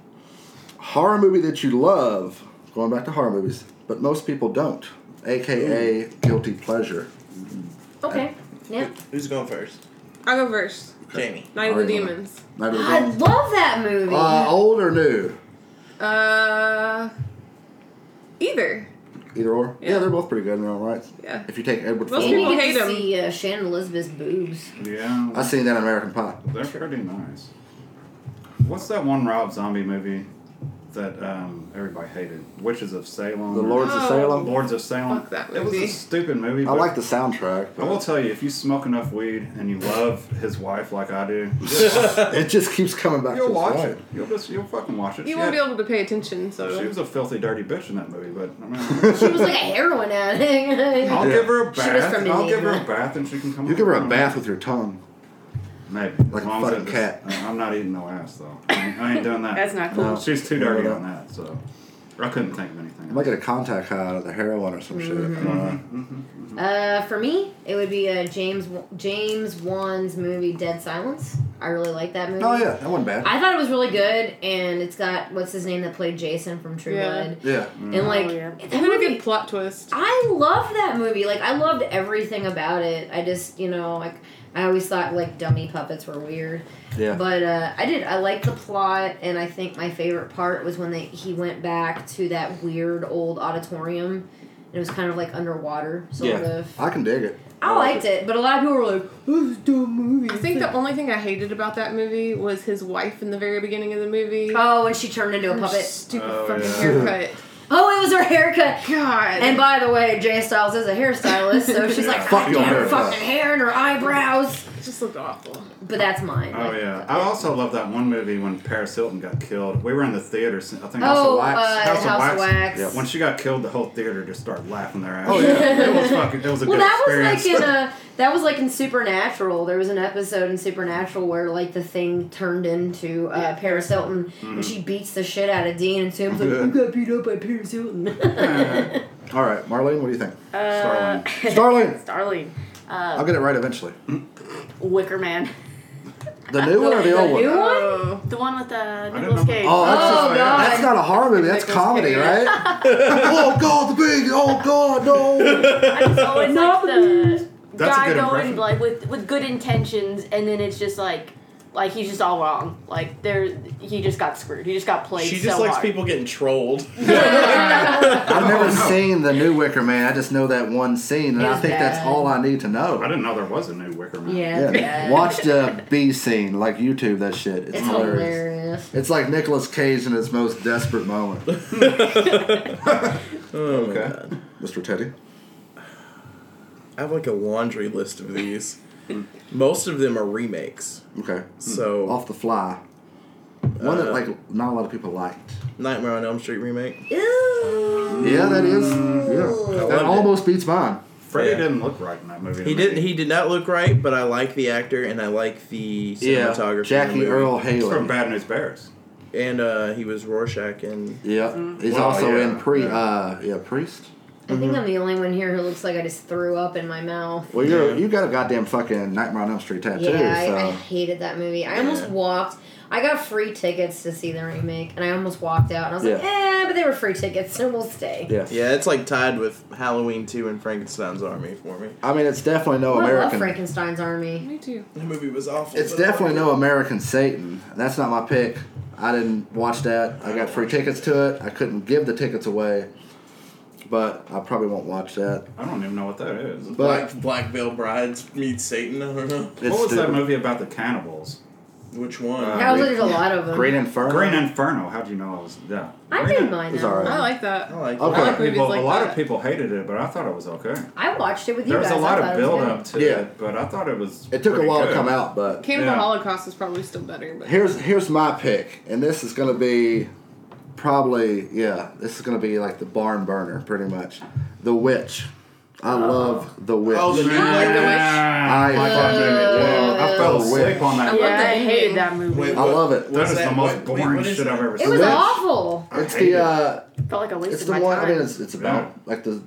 Speaker 1: Horror movie that you love. Going back to horror movies, but most people don't. AKA guilty pleasure.
Speaker 3: Okay. Yeah.
Speaker 2: Who's going first?
Speaker 5: I'll go first.
Speaker 2: Jamie.
Speaker 5: Night of the
Speaker 1: Alright, Emma.
Speaker 5: Demons.
Speaker 1: Night of the
Speaker 3: I
Speaker 1: Living-
Speaker 3: love that movie.
Speaker 1: Uh, old or new?
Speaker 5: Uh, either.
Speaker 1: Either or. Yeah.
Speaker 5: Yeah.
Speaker 1: they're both pretty good in their own rights.
Speaker 5: Yeah.
Speaker 1: If you take Edward
Speaker 5: Most
Speaker 3: and you
Speaker 5: people
Speaker 1: Furlong,
Speaker 3: get
Speaker 5: hate
Speaker 3: to
Speaker 5: him.
Speaker 3: see uh, Shannon Elizabeth's boobs.
Speaker 4: Yeah.
Speaker 1: I seen that in American Pie.
Speaker 4: They're pretty nice. What's that one Rob Zombie movie that um, everybody hated, Witches of Salem.
Speaker 1: The Lords of
Speaker 5: Oh.
Speaker 1: Salem.
Speaker 4: Lords of Salem.
Speaker 5: Fuck that
Speaker 4: It was
Speaker 5: movie.
Speaker 4: a stupid movie.
Speaker 1: I
Speaker 4: but
Speaker 1: like the soundtrack.
Speaker 4: I
Speaker 1: but
Speaker 4: will tell you, if you smoke enough weed and you love his wife like I do, you'll-
Speaker 1: It just keeps coming back
Speaker 4: you'll
Speaker 1: to
Speaker 4: watch
Speaker 1: its
Speaker 4: it. You'll just you'll fucking watch it.
Speaker 5: You
Speaker 4: She
Speaker 5: won't be
Speaker 4: had-
Speaker 5: able to pay attention, so
Speaker 4: She was a filthy, dirty bitch in that movie, but I mean,
Speaker 3: She was like a heroin addict.
Speaker 4: I'll
Speaker 1: Yeah.
Speaker 4: give her a
Speaker 3: She was
Speaker 4: bath.
Speaker 3: from
Speaker 4: I'll give her a
Speaker 3: Indiana.
Speaker 4: bath, and she can come.
Speaker 1: You give her a
Speaker 4: home.
Speaker 1: bath with your tongue.
Speaker 4: Maybe.
Speaker 1: Like
Speaker 4: As
Speaker 1: a
Speaker 4: long as
Speaker 1: fucking
Speaker 4: it's-
Speaker 1: cat.
Speaker 4: I- I'm not eating no ass though. I ain't, I ain't doing that.
Speaker 6: That's not cool.
Speaker 1: No.
Speaker 4: She's too dirty
Speaker 1: No, no.
Speaker 4: on that, so I couldn't think of anything.
Speaker 1: I might get a contact high out of the heroin or some shit.
Speaker 3: Mm-hmm.
Speaker 1: I don't know.
Speaker 3: Uh, for me, it would be uh, James James Wan's movie Dead Silence. I really like that movie.
Speaker 1: Oh yeah, that wasn't bad.
Speaker 3: I thought it was really good, and it's got what's his name that played Jason from True
Speaker 5: Yeah.
Speaker 3: Blood,
Speaker 1: yeah.
Speaker 3: and like
Speaker 6: Oh, yeah.
Speaker 3: that
Speaker 5: it had a
Speaker 3: movie-
Speaker 5: good plot twist.
Speaker 3: I love that movie. Like I loved everything about it. I just you know like I always thought like dummy puppets were weird.
Speaker 1: Yeah.
Speaker 3: But uh, I did. I liked the plot, and I think my favorite part was when they he went back to that weird old auditorium. And it was kind of like underwater, sort
Speaker 2: Yeah.
Speaker 3: of.
Speaker 1: I can dig it.
Speaker 3: I liked it, but a lot of people were like, "This is a dumb movie."
Speaker 5: I think the only thing I hated about that movie was his wife in the very beginning of the movie.
Speaker 3: Oh, and she turned into a
Speaker 5: Her
Speaker 3: puppet.
Speaker 5: Stupid
Speaker 4: Oh,
Speaker 5: fucking
Speaker 4: yeah.
Speaker 5: haircut.
Speaker 3: Oh, it was her haircut.
Speaker 5: God.
Speaker 3: And by the way, Jay Styles is a hairstylist, so she's
Speaker 4: Yeah.
Speaker 3: like,
Speaker 1: Fuck
Speaker 3: "I
Speaker 1: your
Speaker 3: did her
Speaker 1: haircut."
Speaker 3: fucking hair and her eyebrows."
Speaker 5: it just looked awful.
Speaker 3: But that's mine.
Speaker 4: Oh yeah, I also love that one movie when Paris Hilton got killed. We were in the theater. I think House
Speaker 3: Oh,
Speaker 4: of Wax.
Speaker 3: uh, House of Wax.
Speaker 4: When she got killed, the whole theater just started laughing their ass.
Speaker 1: Oh,
Speaker 4: yeah, it was fucking. It was a
Speaker 3: Well,
Speaker 4: good
Speaker 3: that was
Speaker 4: experience.
Speaker 3: like in a that was like in Supernatural. There was an episode in Supernatural where like the thing turned into uh, Paris Hilton, and she beats the shit out of Dean, and Sam's like,
Speaker 1: Yeah.
Speaker 3: "You got beat up by Paris Hilton."
Speaker 1: All right, Marlene, what do you think?
Speaker 3: Uh,
Speaker 4: Starling.
Speaker 1: Starling,
Speaker 6: Starling.
Speaker 1: I'll get it right eventually.
Speaker 6: Wicker Man.
Speaker 1: The new one or the old
Speaker 3: the new
Speaker 1: one?
Speaker 3: one?
Speaker 5: Oh.
Speaker 6: The one with the
Speaker 4: don't
Speaker 6: Nicolas
Speaker 4: remember.
Speaker 6: Cage.
Speaker 1: Oh, that's,
Speaker 3: Oh,
Speaker 1: just,
Speaker 3: God.
Speaker 1: that's not a horror movie. That's
Speaker 5: Nicolas
Speaker 1: comedy,
Speaker 5: Cage.
Speaker 1: right? oh God, the big. Oh God, no.
Speaker 6: I just always like the
Speaker 4: That's a
Speaker 6: guy
Speaker 4: good
Speaker 6: going
Speaker 4: impression.
Speaker 6: like with with good intentions, and then it's just like like he's just all wrong. Like there, he just got screwed. He just got played.
Speaker 2: She just
Speaker 6: so
Speaker 2: likes
Speaker 6: hard.
Speaker 2: people getting trolled.
Speaker 1: I've never
Speaker 4: Oh, no.
Speaker 1: seen the new Wicker Man. I just know that one scene, and
Speaker 3: It
Speaker 1: I
Speaker 3: was
Speaker 1: think that's
Speaker 3: bad.
Speaker 1: all I need to know.
Speaker 4: I didn't know there was a new Wicker Man.
Speaker 3: Yeah,
Speaker 1: Yeah. Watch the B scene, like YouTube that shit. It's,
Speaker 3: It's
Speaker 1: hilarious.
Speaker 3: hilarious.
Speaker 1: It's like Nicolas Cage in his most desperate moment. Oh,
Speaker 2: Oh,
Speaker 4: Okay.
Speaker 1: Mr. Teddy.
Speaker 2: I have like a laundry list of these. Most of them are remakes.
Speaker 1: Okay.
Speaker 2: So
Speaker 1: Off the fly. One that
Speaker 2: Uh,
Speaker 1: like not a lot of people liked.
Speaker 2: Nightmare on Elm Street remake.
Speaker 3: Ew.
Speaker 1: Yeah, that is.
Speaker 3: Ooh.
Speaker 1: Yeah.
Speaker 2: I
Speaker 1: That
Speaker 2: loved
Speaker 1: almost beats mine.
Speaker 4: Freddy
Speaker 2: Yeah.
Speaker 4: didn't look right in that movie. to
Speaker 2: He
Speaker 4: me.
Speaker 2: didn't. He did not look right, but I like the actor and I like the cinematographer. in the
Speaker 1: Jackie
Speaker 2: movie.
Speaker 1: Earl
Speaker 4: He's from
Speaker 1: Haley.
Speaker 4: Bad News Bears.
Speaker 2: and uh, he was Rorschach in
Speaker 1: Yeah. He's
Speaker 4: Wow,
Speaker 1: also
Speaker 4: yeah.
Speaker 1: in pre.
Speaker 4: Yeah.
Speaker 1: Uh, yeah, priest.
Speaker 3: I think I'm the only one here who looks like I just threw up in my mouth.
Speaker 1: Well, you're you got a goddamn fucking Nightmare on Elm Street tattoo.
Speaker 3: Yeah, I,
Speaker 1: so.
Speaker 3: I hated that movie. I almost
Speaker 2: Yeah.
Speaker 3: walked. I got free tickets to see the remake, and I almost walked out. And I was like,
Speaker 1: Yeah.
Speaker 3: eh, but they were free tickets, so we'll stay.
Speaker 1: yes.
Speaker 2: yeah. It's like tied with Halloween two and Frankenstein's Army for me.
Speaker 1: I mean, it's definitely no
Speaker 3: Oh, I love
Speaker 1: American.
Speaker 3: Frankenstein's Army.
Speaker 5: Me too.
Speaker 2: The movie was awful.
Speaker 1: It's
Speaker 2: but I
Speaker 1: definitely
Speaker 2: liked
Speaker 1: no American Satan. That's not my pick. I didn't watch that. I got free tickets to it. I couldn't give the tickets away, but I probably won't watch that.
Speaker 4: I don't even know what that is.
Speaker 1: But
Speaker 2: it. Black Black Veil Brides meets Satan. I don't know
Speaker 1: it's
Speaker 4: what was that
Speaker 1: stupid.
Speaker 4: movie about the cannibals?
Speaker 2: which one.
Speaker 4: Uh,
Speaker 3: Yeah, I was like,
Speaker 1: we-
Speaker 3: there's a lot of them.
Speaker 1: Green Inferno.
Speaker 4: Green Inferno. How do you know I was? Yeah.
Speaker 3: I
Speaker 4: Green
Speaker 3: didn't
Speaker 4: In-
Speaker 3: mind
Speaker 1: It's
Speaker 3: that.
Speaker 1: alright.
Speaker 5: I like that.
Speaker 2: I like.
Speaker 1: Okay.
Speaker 5: I like movies
Speaker 4: People,
Speaker 5: like
Speaker 4: a lot
Speaker 5: that.
Speaker 4: of people hated it, but I thought it was okay.
Speaker 3: I watched it with you
Speaker 4: There was
Speaker 3: guys.
Speaker 4: a lot
Speaker 3: I thought
Speaker 4: of
Speaker 3: it was
Speaker 4: build
Speaker 3: good.
Speaker 4: up to
Speaker 1: Yeah.
Speaker 4: it, but I thought it was.
Speaker 1: It took a
Speaker 4: pretty
Speaker 1: while to
Speaker 4: good.
Speaker 1: come out, but
Speaker 5: Cannibal
Speaker 4: Yeah.
Speaker 5: Holocaust is probably still better, but
Speaker 1: here's here's my pick, and this is gonna be probably yeah. This is gonna be like the barn burner, pretty much. The Witch.
Speaker 4: Oh.
Speaker 1: I love The Witch.
Speaker 2: Oh, the new
Speaker 4: Nah,
Speaker 2: Blair Witch.
Speaker 1: I
Speaker 4: fuck that
Speaker 1: fucking
Speaker 4: movie, yeah. I fell
Speaker 1: love
Speaker 4: asleep
Speaker 1: Witch.
Speaker 4: on that.
Speaker 5: love
Speaker 6: Yeah,
Speaker 5: that
Speaker 6: I
Speaker 5: movie.
Speaker 6: hated that movie.
Speaker 2: Wait,
Speaker 1: I
Speaker 2: what-
Speaker 1: love it.
Speaker 2: what
Speaker 4: That is the
Speaker 2: that?
Speaker 4: most
Speaker 2: What- wait,
Speaker 4: boring
Speaker 2: what is
Speaker 4: shit I've
Speaker 2: that?
Speaker 4: ever
Speaker 3: It
Speaker 4: seen.
Speaker 3: was
Speaker 1: Witch.
Speaker 3: awful.
Speaker 4: I
Speaker 1: it's
Speaker 4: hate
Speaker 1: the
Speaker 4: it.
Speaker 1: uh,
Speaker 6: Felt like I wasted
Speaker 1: it's the
Speaker 6: my
Speaker 1: one.
Speaker 6: time.
Speaker 1: I mean, it's, it's about like the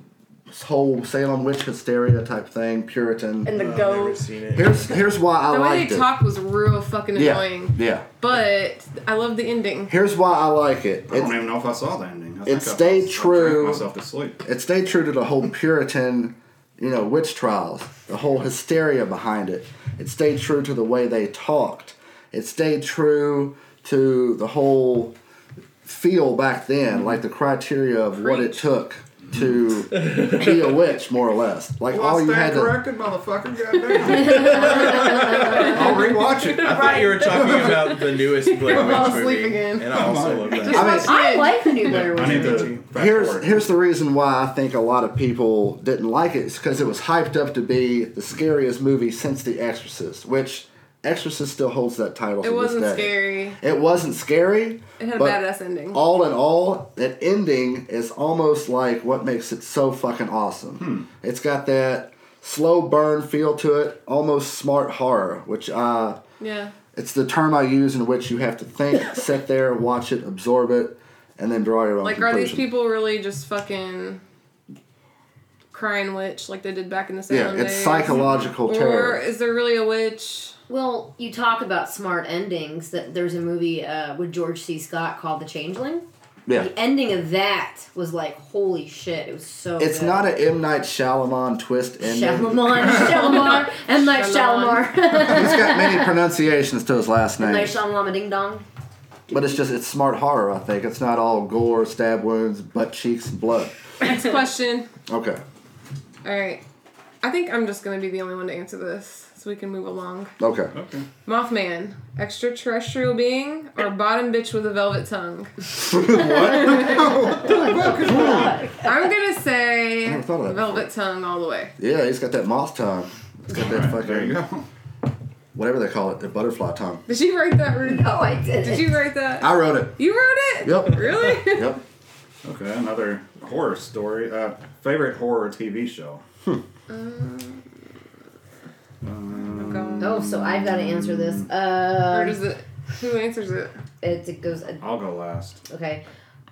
Speaker 1: this whole Salem witch hysteria type thing, Puritan.
Speaker 6: and the
Speaker 2: I've never
Speaker 6: ghost.
Speaker 2: seen it.
Speaker 1: Here's here's why I
Speaker 5: the way
Speaker 1: liked
Speaker 5: they
Speaker 1: it.
Speaker 5: talked was real fucking
Speaker 1: yeah,
Speaker 5: annoying.
Speaker 1: yeah.
Speaker 5: But I love the ending.
Speaker 1: Here's why I like it.
Speaker 4: I don't
Speaker 1: It,
Speaker 4: even know if I saw the ending. I
Speaker 1: it
Speaker 4: think I-
Speaker 1: stayed
Speaker 4: I drank
Speaker 1: true.
Speaker 4: myself to sleep.
Speaker 1: it stayed true to the whole Puritan, you know, witch trials, the whole hysteria behind it. It stayed true to the way they talked. It stayed true to the whole feel back then, like the criteria of what it
Speaker 5: Preach.
Speaker 1: took to be a witch, more or less. Like all
Speaker 4: Well,
Speaker 1: you
Speaker 4: stand
Speaker 1: had to.
Speaker 4: corrected, motherfucker. Goddamn. I'll rewatch it.
Speaker 2: I thought you were talking about the newest Blair
Speaker 5: I'll
Speaker 2: Witch
Speaker 5: sleep
Speaker 2: movie,
Speaker 5: again.
Speaker 2: and I also love that.
Speaker 1: I mean,
Speaker 3: I like the new Blair Witch.
Speaker 4: I need
Speaker 3: movie.
Speaker 4: to. back
Speaker 1: Here's
Speaker 4: forward.
Speaker 1: here's the reason why I think a lot of people didn't like it. It's because it was hyped up to be the scariest movie since The Exorcist, which Exorcist still holds that title. to
Speaker 5: It
Speaker 1: this
Speaker 5: wasn't
Speaker 1: day.
Speaker 5: scary.
Speaker 1: It wasn't scary.
Speaker 5: It had a
Speaker 1: but
Speaker 5: badass ending.
Speaker 1: All in all, that ending is almost like what makes it so fucking awesome. It's got that slow burn feel to it, almost smart horror, which uh,
Speaker 5: yeah.
Speaker 1: it's the term I use in which you have to think, sit there, watch it, absorb it, and then draw your own
Speaker 5: Like, are
Speaker 1: conclusion.
Speaker 5: these people really just fucking crying witch like they did back in the
Speaker 1: Yeah,
Speaker 5: Salem
Speaker 1: it's
Speaker 5: days?
Speaker 1: psychological
Speaker 5: Or
Speaker 1: terror.
Speaker 5: is there really a witch?
Speaker 3: Well, you talk about smart endings. That there's a movie uh, with George C. Scott called The Changeling.
Speaker 1: yeah.
Speaker 3: The ending of that was like, holy shit! It was so.
Speaker 1: It's
Speaker 3: good.
Speaker 1: not an M. Night Shyamalan twist ending.
Speaker 3: Shalamar, Shalamar, M Night Shalamar,
Speaker 5: Shyamalan.
Speaker 1: He's got many pronunciations to his last
Speaker 3: M Night
Speaker 1: name.
Speaker 3: Shalamar, Ding Dong.
Speaker 1: But it's just, it's smart horror, I think. It's not all gore, stab wounds, butt cheeks, and blood.
Speaker 5: Next question.
Speaker 1: Okay.
Speaker 5: All right. I think I'm just gonna be the only one to answer this, so we can move along.
Speaker 1: Okay.
Speaker 4: Okay.
Speaker 5: Mothman, extraterrestrial being, or bottom bitch with a velvet tongue? I'm gonna say
Speaker 1: never thought of that
Speaker 5: velvet tongue all the way.
Speaker 1: Yeah, he's got that moth tongue. It's got that
Speaker 4: Right, there you
Speaker 1: fucking,
Speaker 4: go.
Speaker 1: whatever they call it, the butterfly tongue.
Speaker 5: Did you write that, Rude?
Speaker 3: Oh, I did.
Speaker 5: Did you write that?
Speaker 1: I wrote it.
Speaker 5: You wrote it?
Speaker 1: Yep.
Speaker 5: Really?
Speaker 1: Yep.
Speaker 4: Okay, another horror story. Uh, favorite horror TV show.
Speaker 5: Um,
Speaker 3: Oh, so I've got to answer this.
Speaker 5: or
Speaker 3: Uh,
Speaker 5: does it? Who answers it?
Speaker 3: it, it goes
Speaker 4: I'll go last.
Speaker 3: okay.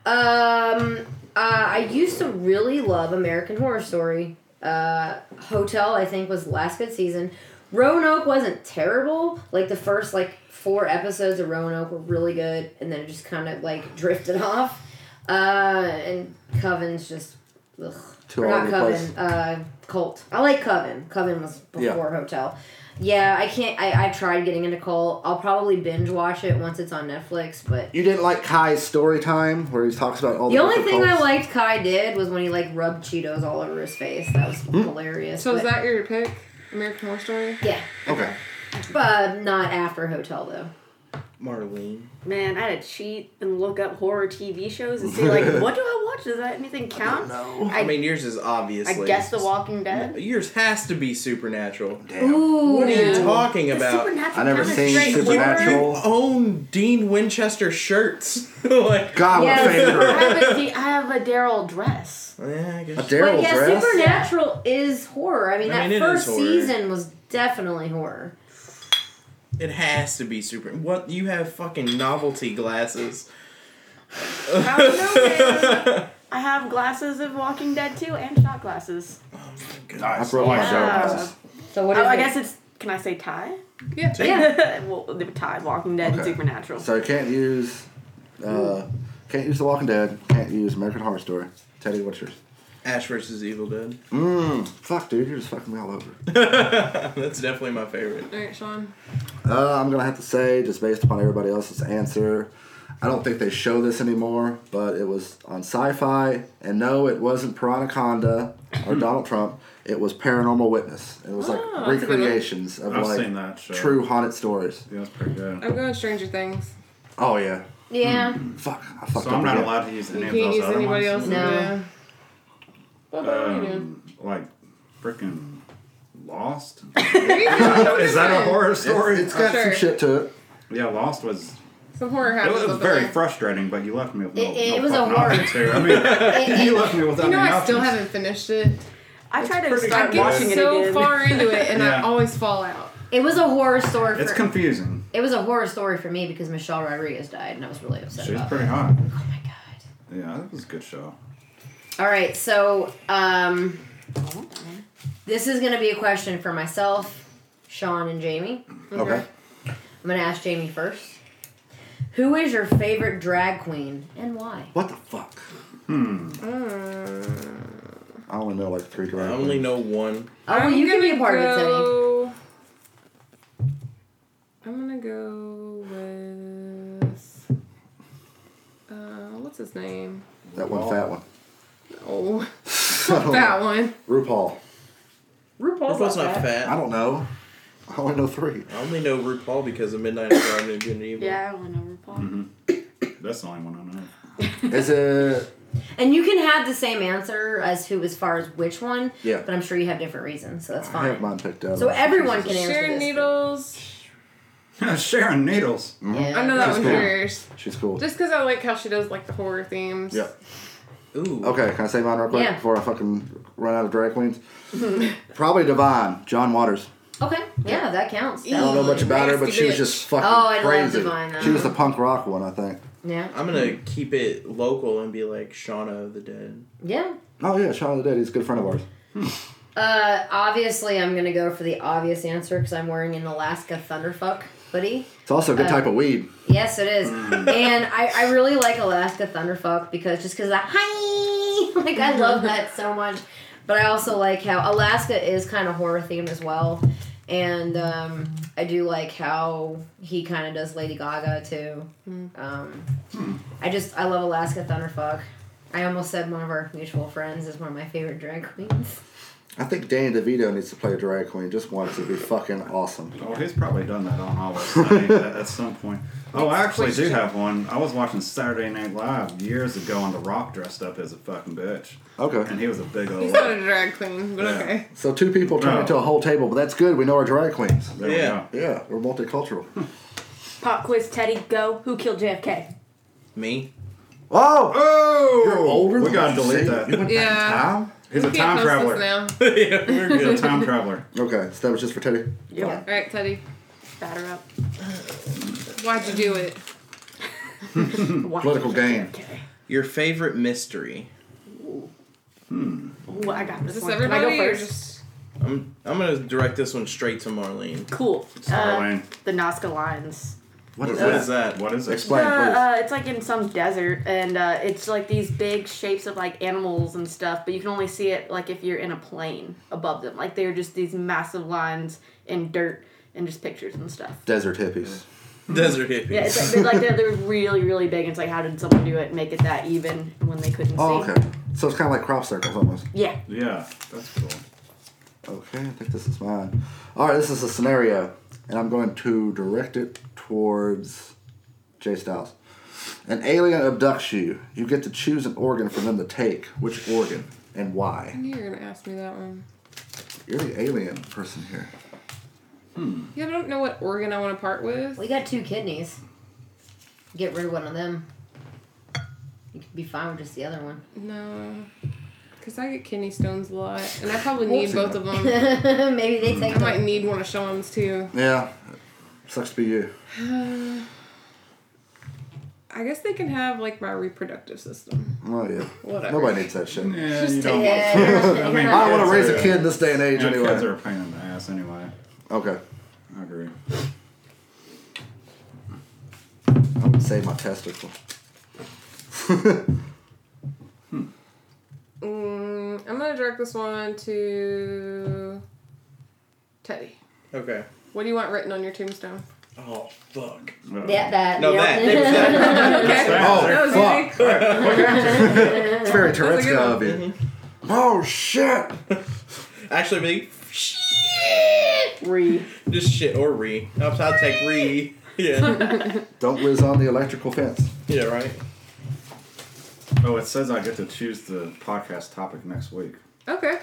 Speaker 3: Um, uh, I used to really love American Horror Story. Uh, Hotel, I think, was the last good season. Roanoke wasn't terrible. Like the first like four episodes of Roanoke were really good, and then it just kind of like drifted off. Uh, and Coven's just ugh.
Speaker 1: Too
Speaker 3: Or
Speaker 1: all
Speaker 3: not
Speaker 1: over the place.
Speaker 3: Coven, uh, Cult. I like Coven. Coven was before
Speaker 1: Yeah.
Speaker 3: Hotel. Yeah, I can't. I, I tried getting into Cult. I'll probably binge watch it once it's on Netflix, but
Speaker 1: You didn't like Kai's story time, where he talks about all
Speaker 3: the
Speaker 1: the
Speaker 3: only
Speaker 1: different
Speaker 3: thing I
Speaker 1: cults?
Speaker 3: liked Kai did was when he like rubbed Cheetos all over his face. That was
Speaker 1: Hmm.
Speaker 3: hilarious.
Speaker 5: So is
Speaker 3: but-
Speaker 5: that your pick? American Horror Story.
Speaker 3: yeah,
Speaker 1: Okay.
Speaker 3: but um, not after Hotel though.
Speaker 2: Marlene.
Speaker 6: Man, I had to cheat and look up horror TV shows and see like, what do I watch? Does that anything count?
Speaker 2: No.
Speaker 6: I-
Speaker 2: I, mean, yours is
Speaker 6: I
Speaker 2: obviously.
Speaker 6: guess The Walking Dead.
Speaker 2: Yours has to be supernatural.
Speaker 3: Ooh,
Speaker 2: What are you
Speaker 5: Yeah.
Speaker 2: talking
Speaker 6: The
Speaker 2: about?
Speaker 6: Supernatural
Speaker 1: I never
Speaker 6: kinda
Speaker 1: seen
Speaker 6: straight
Speaker 1: Supernatural.
Speaker 6: horror.
Speaker 2: You own Dean Winchester shirts. like,
Speaker 1: God,
Speaker 3: Yes.
Speaker 1: what a favorite.
Speaker 6: I have a, D- I have a Daryl dress.
Speaker 2: yeah, I guess.
Speaker 1: A
Speaker 3: But
Speaker 1: Daryl
Speaker 3: yeah,
Speaker 1: dress?
Speaker 3: Supernatural is horror. I mean,
Speaker 2: I mean,
Speaker 3: that
Speaker 2: it is
Speaker 3: first
Speaker 2: horror.
Speaker 3: season was definitely horror.
Speaker 2: It has to be super. What you have fucking novelty glasses.
Speaker 6: I don't know, man. I have glasses of Walking Dead too, and shot glasses.
Speaker 1: I
Speaker 4: Nice.
Speaker 1: brought my
Speaker 6: Yeah.
Speaker 1: shot glasses.
Speaker 3: So what is
Speaker 6: Oh, I
Speaker 3: it?
Speaker 6: guess it's. Can I say tie?
Speaker 5: Yeah.
Speaker 3: yeah.
Speaker 6: well, they were tie Walking Dead and
Speaker 1: Okay.
Speaker 6: Supernatural.
Speaker 1: So I can't use, uh, can't use The Walking Dead. Can't use American Horror Story. Teddy, what's yours?
Speaker 2: Ash versus Evil Dead.
Speaker 1: Mmm. Fuck, dude, you're just fucking me all over.
Speaker 2: That's definitely my favorite.
Speaker 5: All right, Sean.
Speaker 1: Uh, I'm gonna have to say, just based upon everybody else's answer, I don't think they show this anymore. But it was on Sci-Fi, and no, it wasn't Piranaconda
Speaker 5: Hmm.
Speaker 1: or Donald Trump. It was Paranormal Witness. It was like
Speaker 5: Oh, that's a good one.
Speaker 1: recreations of
Speaker 4: I've
Speaker 1: like
Speaker 4: seen that show.
Speaker 1: true haunted stories.
Speaker 4: Yeah, that's pretty good.
Speaker 5: I'm going Stranger Things.
Speaker 1: Oh yeah.
Speaker 3: yeah.
Speaker 1: Fuck, I fucked
Speaker 4: So
Speaker 1: up
Speaker 4: I'm not
Speaker 1: again.
Speaker 4: allowed to use
Speaker 5: You
Speaker 4: any of
Speaker 5: can't
Speaker 4: those
Speaker 5: use
Speaker 4: other
Speaker 5: anybody
Speaker 4: ones.
Speaker 5: else.
Speaker 3: No.
Speaker 5: Yeah. What about you doing?
Speaker 4: Um, like freaking Lost.
Speaker 5: Is
Speaker 4: Is that a horror story?
Speaker 1: It's got
Speaker 5: Sure.
Speaker 1: some shit to it.
Speaker 4: yeah, Lost was.
Speaker 5: Some horror
Speaker 4: It
Speaker 5: happens.
Speaker 4: was,
Speaker 5: up in
Speaker 4: very
Speaker 5: there.
Speaker 4: frustrating, but you left me with no,
Speaker 3: It- it
Speaker 4: no
Speaker 3: was a
Speaker 4: fucking
Speaker 3: horror.
Speaker 4: options here. I mean, you left me without
Speaker 5: You know,
Speaker 4: any
Speaker 5: I still
Speaker 4: options.
Speaker 5: haven't finished it.
Speaker 6: I tried to
Speaker 4: pretty
Speaker 5: I
Speaker 6: start
Speaker 4: good.
Speaker 6: watching
Speaker 5: get
Speaker 6: it
Speaker 5: so
Speaker 6: again.
Speaker 5: far into it, and I
Speaker 4: Yeah.
Speaker 5: always fall out.
Speaker 3: It was a horror story. For,
Speaker 4: It's confusing.
Speaker 3: it was a horror story for me because Michelle Rodriguez died, and I was really upset
Speaker 4: She's
Speaker 3: about
Speaker 4: pretty
Speaker 3: that.
Speaker 4: hot.
Speaker 3: Oh my god.
Speaker 4: Yeah, that was a good show.
Speaker 3: All right, so um, this is gonna be a question for myself, Sean, and Jamie.
Speaker 1: Okay.
Speaker 3: I'm gonna ask Jamie first. Who is your favorite drag queen and why?
Speaker 1: What the fuck?
Speaker 3: Uh,
Speaker 1: I only know like three
Speaker 2: I
Speaker 1: dragons.
Speaker 2: only know one.
Speaker 3: Oh, well, you can be a part of it, Teddy.
Speaker 5: go... I'm gonna go with. Uh, what's his name?
Speaker 1: that one fat one.
Speaker 5: Oh.
Speaker 1: So,
Speaker 5: That one.
Speaker 1: RuPaul.
Speaker 3: RuPaul's,
Speaker 2: RuPaul's not fat.
Speaker 1: I don't know. I only know three.
Speaker 2: I only know RuPaul because of Midnight Drive and Good and Evil.
Speaker 6: Yeah, I don't know RuPaul.
Speaker 1: Mm-hmm.
Speaker 4: That's the only one I know.
Speaker 1: Is it?
Speaker 3: And you can have the same answer as who, as far as which one.
Speaker 1: Yeah.
Speaker 3: But I'm sure you have different reasons, so that's
Speaker 1: I have
Speaker 3: fine.
Speaker 1: mine picked out.
Speaker 3: So everyone can answer
Speaker 5: Sharon
Speaker 3: this.
Speaker 5: Needles.
Speaker 4: Sharon Needles.
Speaker 3: Yeah.
Speaker 5: I know that
Speaker 1: She's
Speaker 5: one's
Speaker 1: cool.
Speaker 5: yours.
Speaker 1: She's cool.
Speaker 5: Just because I like how she does like the horror themes.
Speaker 1: yeah.
Speaker 2: Ooh.
Speaker 1: Okay, can I say mine real quick
Speaker 3: Yeah.
Speaker 1: before I fucking run out of drag queens? Probably Divine, John Waters.
Speaker 3: Okay. Yeah, that counts. That
Speaker 1: I don't know much about her, but
Speaker 5: Nasty
Speaker 1: she was
Speaker 5: bitch.
Speaker 1: just fucking
Speaker 3: Oh, I love uh-huh.
Speaker 1: crazy.
Speaker 3: Divine, though.
Speaker 1: she was the punk rock one, I think.
Speaker 3: yeah.
Speaker 2: I'm gonna keep it local and be like Shauna of the Dead.
Speaker 3: Yeah.
Speaker 1: Oh yeah, Shaun of the Dead. He's a good friend of ours.
Speaker 3: Uh, obviously, I'm gonna go for the obvious answer because I'm wearing an Alaska Thunderfuck hoodie.
Speaker 1: It's also a good
Speaker 3: Uh,
Speaker 1: type of weed.
Speaker 3: Yes, it is. and I, I really like Alaska Thunderfuck because just because that hi, like I love that so much. But I also like how Alaska is kind of horror themed as well, and um, I do like how he kind of does Lady Gaga too. Um, I just I love Alaska Thunderfuck. I almost said one of our mutual friends is one of my favorite drag queens.
Speaker 1: I think Danny DeVito needs to play a drag queen just once. It'd be fucking awesome.
Speaker 4: Oh, he's probably done that on all of us I think, at, at some point. Oh, I actually do have one. I was watching Saturday Night Live years ago, and The Rock dressed up as a fucking bitch,
Speaker 1: Okay.
Speaker 4: and he was a big old.
Speaker 5: He's not a drag queen, but
Speaker 4: Yeah.
Speaker 5: okay.
Speaker 1: So two people turned
Speaker 4: No.
Speaker 1: into a whole table, but that's good. We know our drag queens.
Speaker 4: There we
Speaker 2: Yeah.
Speaker 4: go.
Speaker 1: Yeah, we're multicultural.
Speaker 6: Pop quiz, Teddy, go. Who killed JFK?
Speaker 2: Me?
Speaker 1: oh,
Speaker 4: Oh,
Speaker 1: you're older.
Speaker 4: We
Speaker 1: than
Speaker 4: gotta
Speaker 1: what you say. You
Speaker 4: delete that.
Speaker 1: went
Speaker 5: Yeah.
Speaker 1: back in time?
Speaker 4: He's
Speaker 5: We
Speaker 4: a
Speaker 5: can't
Speaker 4: time
Speaker 5: post this
Speaker 4: traveler.
Speaker 5: now.
Speaker 2: yeah, we're
Speaker 4: He's
Speaker 2: good.
Speaker 4: a time traveler.
Speaker 1: Okay, so that was just for Teddy.
Speaker 6: Yeah.
Speaker 5: All right, Teddy.
Speaker 6: Batter up.
Speaker 5: Why'd you do it?
Speaker 6: Why
Speaker 1: Hmm, Political
Speaker 6: did you
Speaker 1: game.
Speaker 6: kill JFK?
Speaker 2: Your favorite mystery?
Speaker 6: Ooh, I got this,
Speaker 5: Is this
Speaker 6: one. Can I
Speaker 5: everybody
Speaker 6: go
Speaker 5: or
Speaker 6: first?
Speaker 5: just
Speaker 2: I'm I'm gonna direct this one straight to Marlene.
Speaker 6: Cool.
Speaker 5: Uh,
Speaker 6: Uh,
Speaker 4: Sorry, Lane.
Speaker 6: the Nazca Lines.
Speaker 1: What
Speaker 6: Oh.
Speaker 1: is
Speaker 2: What
Speaker 1: that?
Speaker 2: is that?
Speaker 4: What is it?
Speaker 1: Explain,
Speaker 6: Uh,
Speaker 1: please.
Speaker 6: uh, it's like in some desert, and uh, it's like these big shapes of like animals and stuff, but you can only see it like if you're in a plane above them. Like they're just these massive lines in dirt and just pictures and stuff.
Speaker 1: Desert hippies.
Speaker 2: Desert hippies.
Speaker 6: Yeah, it's like, they're, like they're, they're really, really big. It's like, how did someone do it and make it that even when they couldn't
Speaker 1: Oh,
Speaker 6: see?
Speaker 1: okay. So it's kind of like crop circles almost.
Speaker 6: Yeah.
Speaker 4: Yeah, that's cool.
Speaker 1: Okay, I think this is mine. All right, this is a scenario, and I'm going to direct it towards Jay Styles. An alien abducts you. You get to choose an organ for them to take. Which organ and why?
Speaker 5: you're gonna ask me that one.
Speaker 1: You're the alien person here.
Speaker 5: Yeah, I don't know what organ I want to part with.
Speaker 3: We got two kidneys. Get rid of one of them. You could be fine with just the other one.
Speaker 5: No, because I get kidney stones a lot, and I probably need both of them.
Speaker 3: Maybe they take
Speaker 5: I might
Speaker 3: them.
Speaker 5: need one of Sean's too.
Speaker 1: Yeah, sucks to be you.
Speaker 5: I guess they can have like my reproductive system.
Speaker 1: Oh yeah.
Speaker 5: Whatever.
Speaker 1: Nobody needs that shit.
Speaker 4: Yeah, you don't want
Speaker 3: Yeah,
Speaker 4: I
Speaker 3: you're
Speaker 4: mean,
Speaker 1: I don't want
Speaker 4: Kids
Speaker 1: to raise
Speaker 4: are-
Speaker 1: a kid in this day and age
Speaker 4: yeah, Kids are
Speaker 1: anyway.
Speaker 4: a pain in the ass anyway.
Speaker 1: Okay.
Speaker 4: I agree.
Speaker 1: I would say my testicle.
Speaker 5: Mm, I'm gonna direct this one to Teddy.
Speaker 2: Okay.
Speaker 5: What do you want written on your tombstone?
Speaker 2: Oh fuck.
Speaker 4: Uh,
Speaker 3: Yeah, that.
Speaker 2: No,
Speaker 3: yep.
Speaker 2: that. Exactly.
Speaker 5: Okay.
Speaker 1: Oh,
Speaker 5: was
Speaker 1: fuck.
Speaker 5: easy.
Speaker 1: It's very
Speaker 5: was a
Speaker 1: Tourette's
Speaker 5: good
Speaker 1: of you. Oh, shit.
Speaker 2: Actually, be
Speaker 6: Re.
Speaker 2: just shit or re. I'll, I'll take re. Yeah.
Speaker 1: Don't whiz on the electrical fence.
Speaker 2: Yeah. Right.
Speaker 4: Oh, it says I get to choose the podcast topic next week.
Speaker 5: Okay.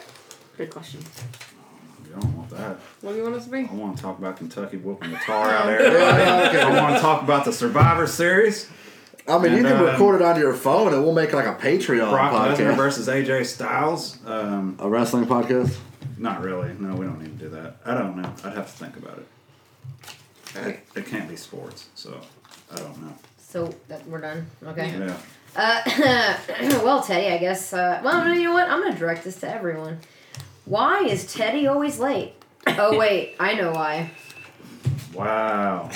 Speaker 6: Good question.
Speaker 4: You don't want that.
Speaker 5: What do you want us to be?
Speaker 4: I want to talk about Kentucky whooping the tar out of everybody. I want to talk about the Survivor Series.
Speaker 1: I mean, you
Speaker 4: And,
Speaker 1: can
Speaker 4: uh,
Speaker 1: record it on your phone, and we'll make like a Patreon
Speaker 4: Brock Lesnar
Speaker 1: podcast.
Speaker 4: versus AJ Styles. Um,
Speaker 1: A wrestling podcast.
Speaker 4: not really. No, we don't need to do that. I don't know. I'd have to think about it. It, it can't be sports, so I don't know.
Speaker 3: So that, we're done. Okay.
Speaker 4: Yeah.
Speaker 3: Uh, well, Teddy, I guess. Uh, well, no, you know what? I'm gonna direct this to everyone. Why is Teddy always late? Oh wait, I know why.
Speaker 4: Wow.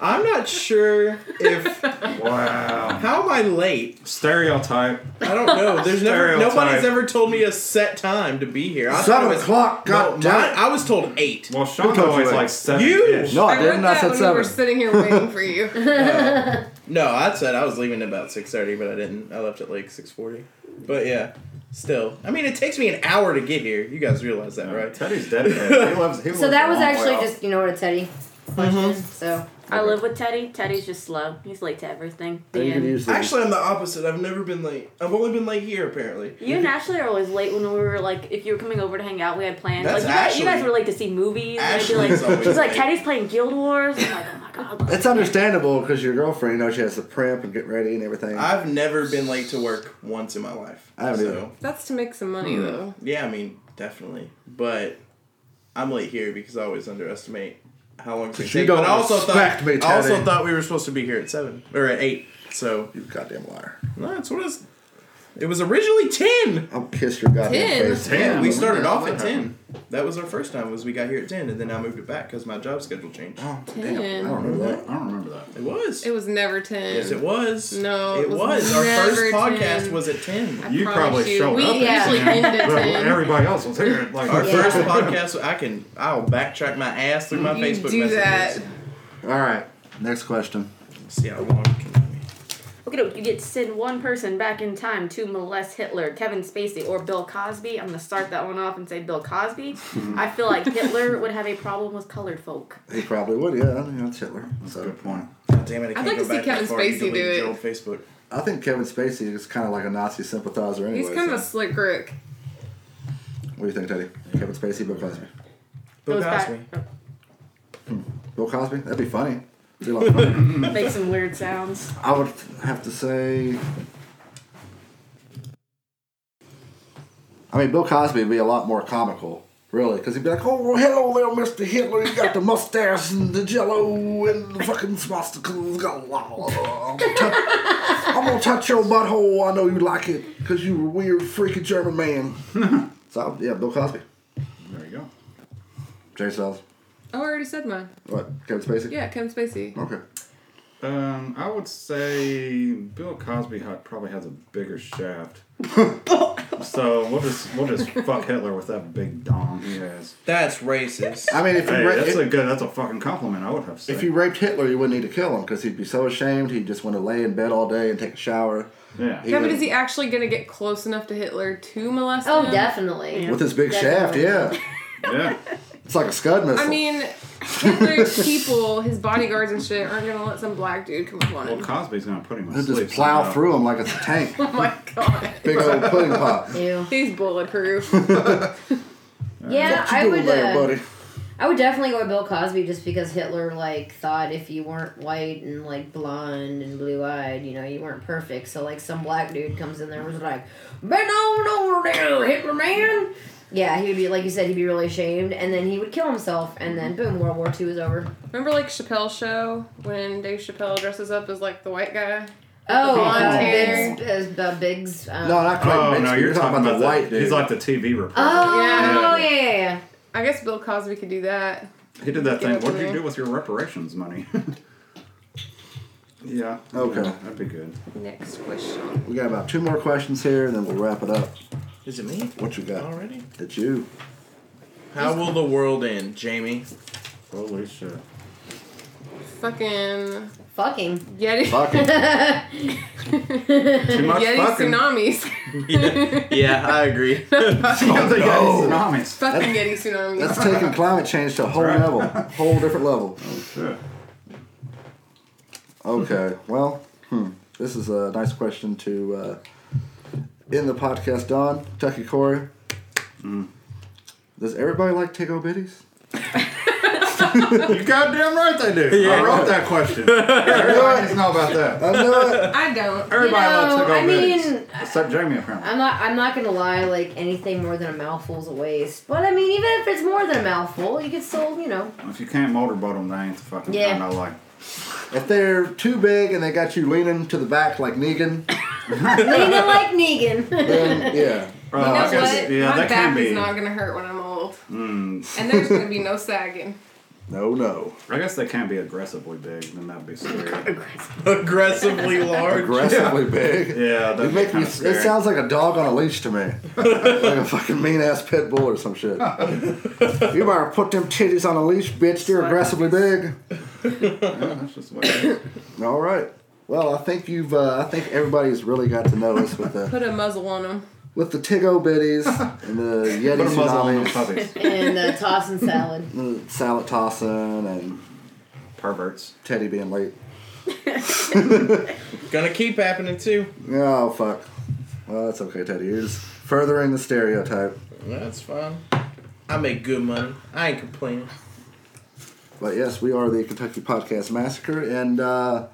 Speaker 2: I'm not sure if
Speaker 4: Wow.
Speaker 2: how am I late.
Speaker 4: Stereotype.
Speaker 2: I don't know. There's never
Speaker 4: Stereotype.
Speaker 2: nobody's ever told me a set time to be here. I thought it
Speaker 1: Seven
Speaker 2: was-
Speaker 1: o'clock.
Speaker 2: No,
Speaker 1: God
Speaker 2: mine,
Speaker 1: damn it.
Speaker 2: I was told eight.
Speaker 4: Well,
Speaker 1: told
Speaker 4: Sean's
Speaker 1: you
Speaker 4: always
Speaker 1: that?
Speaker 4: like seven.
Speaker 1: No,
Speaker 3: Oh,
Speaker 1: I
Speaker 5: wrote
Speaker 1: didn't. I
Speaker 5: that
Speaker 1: said
Speaker 5: when we
Speaker 1: seven.
Speaker 5: were sitting here waiting for you.
Speaker 2: No, I said I was leaving about six thirty, but I didn't. I left at like six forty. But yeah, Still, I mean, it takes me an hour to get here. You guys realize that, right?
Speaker 4: Teddy's dedicated. He loves. He
Speaker 3: So
Speaker 4: lives
Speaker 3: that
Speaker 4: a
Speaker 3: was
Speaker 4: long way
Speaker 3: actually
Speaker 4: off.
Speaker 3: just you know what a Teddy question.
Speaker 1: Mm-hmm.
Speaker 3: So
Speaker 6: I live with Teddy. Teddy's just slow. He's late to everything. The
Speaker 1: And you
Speaker 6: end.
Speaker 1: can use the
Speaker 2: Actually, I'm the opposite. I've never been late. I've only been late here, apparently.
Speaker 6: You and Ashley are always late when we were like, if you were coming over to hang out, we had plans.
Speaker 2: That's
Speaker 6: like you guys, you guys
Speaker 2: Ashley.
Speaker 6: were late to see movies. and I'd be
Speaker 2: Ashley's
Speaker 6: like,
Speaker 2: always
Speaker 6: she's like,
Speaker 2: late.
Speaker 6: Teddy's playing Guild Wars. I'm like, oh my god.
Speaker 1: It's understandable because your girlfriend, you know, she has to prep and get ready and everything.
Speaker 2: I've never been late to work once in my life.
Speaker 1: I haven't either.
Speaker 2: so,
Speaker 5: That's to make some
Speaker 3: Hmm.
Speaker 5: money though.
Speaker 2: Yeah, I mean, definitely. But I'm late here because I always underestimate how long it's going to
Speaker 1: you
Speaker 2: take.
Speaker 1: don't
Speaker 2: but I also,
Speaker 1: respect
Speaker 2: thought,
Speaker 1: me,
Speaker 2: I also
Speaker 1: Teddy.
Speaker 2: thought we were supposed to be here at 7 or at 8. So,
Speaker 1: you goddamn liar.
Speaker 2: no, that's what it was. It was originally 10.
Speaker 1: I'll kiss your goddamn
Speaker 5: Ten.
Speaker 1: face.
Speaker 4: Damn,
Speaker 2: we started
Speaker 4: what
Speaker 2: off at
Speaker 4: happened?
Speaker 2: 10. That was our first time was we got here at 10 and then I moved it back cuz my job schedule changed.
Speaker 4: Oh, damn. I
Speaker 5: Ten.
Speaker 4: don't remember that. I don't remember that.
Speaker 2: It was.
Speaker 5: It was never ten.
Speaker 2: yes, it was.
Speaker 5: No,
Speaker 2: it,
Speaker 5: it was
Speaker 2: was. Our first
Speaker 5: never
Speaker 2: podcast
Speaker 5: 10.
Speaker 2: was at 10.
Speaker 4: You
Speaker 5: promise
Speaker 4: probably
Speaker 5: you,
Speaker 4: showed
Speaker 5: we
Speaker 4: up. at
Speaker 5: usually
Speaker 4: 10,
Speaker 5: end at
Speaker 4: but
Speaker 5: 10.
Speaker 4: Everybody else was here. Like
Speaker 2: Our
Speaker 4: yeah.
Speaker 2: first podcast, I can, I'll backtrack my ass through my
Speaker 5: You
Speaker 2: Facebook
Speaker 5: do
Speaker 2: messages.
Speaker 5: that.
Speaker 1: All right, next question.
Speaker 2: See how long it can be.
Speaker 6: Okay, you get to send one person back in time to molest Hitler, Kevin Spacey, or Bill Cosby. I'm gonna start that one off and say Bill Cosby. I feel like Hitler would have a problem with colored folk.
Speaker 1: He probably would, yeah. I mean, that's Hitler.
Speaker 4: That's a
Speaker 1: So
Speaker 4: good point.
Speaker 2: God damn it! I can't
Speaker 5: like
Speaker 2: go
Speaker 5: to see
Speaker 2: back that
Speaker 5: Kevin
Speaker 2: far. You
Speaker 5: Spacey do
Speaker 2: deleted
Speaker 5: it.
Speaker 2: your old Facebook.
Speaker 1: I think Kevin Spacey is kind of like a Nazi sympathizer anyway.
Speaker 5: He's kind of a
Speaker 1: so-
Speaker 5: slick Rick.
Speaker 1: What do you think, Teddy? Kevin Spacey, Bill Cosby.
Speaker 2: Bill
Speaker 6: Goes back-
Speaker 2: Cosby.
Speaker 1: Bill Cosby? That'd be funny. It'd be a lot of fun.
Speaker 6: Make some weird sounds.
Speaker 1: I would have to say. I mean, Bill Cosby would be a lot more comical, really, because he'd be like, "Oh, well, hello there, Mister Hitler. You got the mustache and the Jello and the fucking swastikals. I'm gonna touch- I'm gonna touch your butthole. I know you like it, cause you were a weird, freaky German man." so yeah, Bill Cosby,
Speaker 4: There you go.
Speaker 1: Jay Styles,
Speaker 5: Oh, I already said mine.
Speaker 1: what Kevin Spacey?
Speaker 5: Yeah, Kevin Spacey.
Speaker 1: Okay.
Speaker 4: Um, I would say Bill Cosby ha- probably has a bigger shaft. so we'll just we'll just fuck Hitler with that big dong he has.
Speaker 2: That's racist.
Speaker 1: I mean, if you
Speaker 4: Hey,
Speaker 1: ra-
Speaker 4: that's
Speaker 1: if-
Speaker 4: a good. That's a fucking compliment. I would have said.
Speaker 1: If you raped Hitler, you wouldn't need to kill him because he'd be so ashamed. He'd just want to lay in bed all day and take a shower.
Speaker 4: yeah.
Speaker 1: He
Speaker 5: Yeah, but
Speaker 1: would-
Speaker 5: is he actually gonna get close enough to Hitler to molest
Speaker 3: oh,
Speaker 5: him?
Speaker 3: definitely.
Speaker 1: With his big shaft,
Speaker 6: Definitely.
Speaker 1: yeah.
Speaker 4: yeah.
Speaker 1: It's like a scud missile.
Speaker 5: I mean, Hitler's people, his bodyguards and shit, aren't gonna let some black dude come up on
Speaker 4: Well,
Speaker 5: him.
Speaker 4: Cosby's gonna put him.
Speaker 1: He'll
Speaker 4: to
Speaker 1: just
Speaker 4: sleep
Speaker 1: plow
Speaker 4: somehow.
Speaker 1: through him like it's a tank.
Speaker 5: Oh my god.
Speaker 1: big old pudding pop. What
Speaker 3: Ew.
Speaker 5: He's bulletproof.
Speaker 3: Yeah,
Speaker 1: you
Speaker 3: I
Speaker 1: doing
Speaker 3: would.
Speaker 1: there,
Speaker 3: uh,
Speaker 1: buddy?
Speaker 3: I would definitely go with Bill Cosby just because Hitler like thought if you weren't white and like blonde and blue eyed, you know, you weren't perfect. So like some black dude comes in there and was like, "Bend on over there, Hitler man." Yeah, he would be like you said, he'd be really ashamed, and then he would kill himself, and then boom, World War II is over.
Speaker 5: Remember like Chappelle's show when Dave Chappelle dresses up as like the white guy?
Speaker 3: Oh, uh,
Speaker 5: blonde hair.
Speaker 3: Biggs, uh, uh, Biggs. Um,
Speaker 1: No, not quite.
Speaker 4: Oh no, you're, talking, about,
Speaker 1: the
Speaker 4: the
Speaker 1: white dude.
Speaker 4: He's like the TV reporter.
Speaker 3: Oh
Speaker 5: Yeah.
Speaker 3: yeah, yeah, yeah. yeah.
Speaker 5: I guess Bill Cosby could do that.
Speaker 4: He did that
Speaker 5: Get
Speaker 4: thing.
Speaker 5: over
Speaker 4: What did you
Speaker 5: there.
Speaker 4: do with your reparations money? yeah.
Speaker 1: Okay.
Speaker 4: Yeah, that'd be good.
Speaker 5: Next question.
Speaker 1: we got about two more questions here, and then we'll wrap it up.
Speaker 2: Is it me
Speaker 1: What you got?
Speaker 2: already?
Speaker 1: It's you.
Speaker 2: How will the world end, Jamie?
Speaker 4: Holy shit.
Speaker 5: Fucking
Speaker 3: Fucking.
Speaker 5: Yeti.
Speaker 1: Fuck it.
Speaker 4: Too much
Speaker 5: Yeti
Speaker 4: fucking.
Speaker 5: tsunamis.
Speaker 2: yeah, I agree.
Speaker 4: Oh, the
Speaker 1: no.
Speaker 4: Yeti tsunamis.
Speaker 5: Fucking Yeti tsunamis.
Speaker 1: That's taking climate change to a whole
Speaker 4: That's right.
Speaker 1: level, whole different level.
Speaker 4: Oh, Shit.
Speaker 1: Okay, well, hmm. this is a nice question to uh, end the podcast on. Tucky Corey.
Speaker 4: Hmm.
Speaker 1: Does everybody like Tigo Bitties?
Speaker 4: You goddamn right they do. I wrote that question. Everybody needs to know about that.
Speaker 1: I know it.
Speaker 5: I don't.
Speaker 4: Everybody loves to
Speaker 3: know,
Speaker 4: go
Speaker 3: I
Speaker 4: Reddies.
Speaker 3: mean,
Speaker 4: Except Jamie, apparently.
Speaker 3: I'm not. I'm not gonna lie. Like anything more than a mouthful's a waste. But I mean, even if it's more than a mouthful, you could still, you know.
Speaker 4: If you can't motorboat them, they ain't the fucking
Speaker 3: Yeah.
Speaker 4: kind I like.
Speaker 1: If they're too big and they got you leaning to the back like Negan,
Speaker 3: Lena like Negan.
Speaker 1: then yeah.
Speaker 4: Oh,
Speaker 5: You know
Speaker 4: I guess,
Speaker 5: what?
Speaker 4: Yeah,
Speaker 5: My
Speaker 4: that
Speaker 5: back
Speaker 4: can be.
Speaker 5: is not gonna hurt when I'm old,
Speaker 4: mm,
Speaker 5: and there's gonna be no sagging.
Speaker 1: No, no.
Speaker 4: I guess they can be aggressively big. Then that'd be scary.
Speaker 2: Aggressively large.
Speaker 1: Aggressively big.
Speaker 4: yeah, that'd
Speaker 1: It,
Speaker 4: be
Speaker 1: make me,
Speaker 4: kind of scary.
Speaker 1: it sounds like a dog on a leash to me. like a fucking mean ass pit bull or some shit. you better put them titties on a leash, bitch. They're aggressively big.
Speaker 4: Yeah, that's just what it is.
Speaker 1: All right. Well, I think you've. Uh, I think everybody's really got to know us with the.
Speaker 5: Put a muzzle on them.
Speaker 1: with the Tigo bitties and the
Speaker 4: Put a
Speaker 1: Yeti
Speaker 4: muzzle on them
Speaker 1: tsunamis,
Speaker 4: puppies.
Speaker 3: and uh, toss and salad.
Speaker 1: and the salad tossing, and
Speaker 4: Perverts.
Speaker 1: Teddy being late.
Speaker 2: Gonna keep happening too.
Speaker 1: Oh fuck. Well, that's okay, Teddy. You're just furthering the stereotype.
Speaker 2: That's fine. I make good money. I ain't complaining.
Speaker 1: But yes, we are the Kentucky Podcast Massacre, and uh,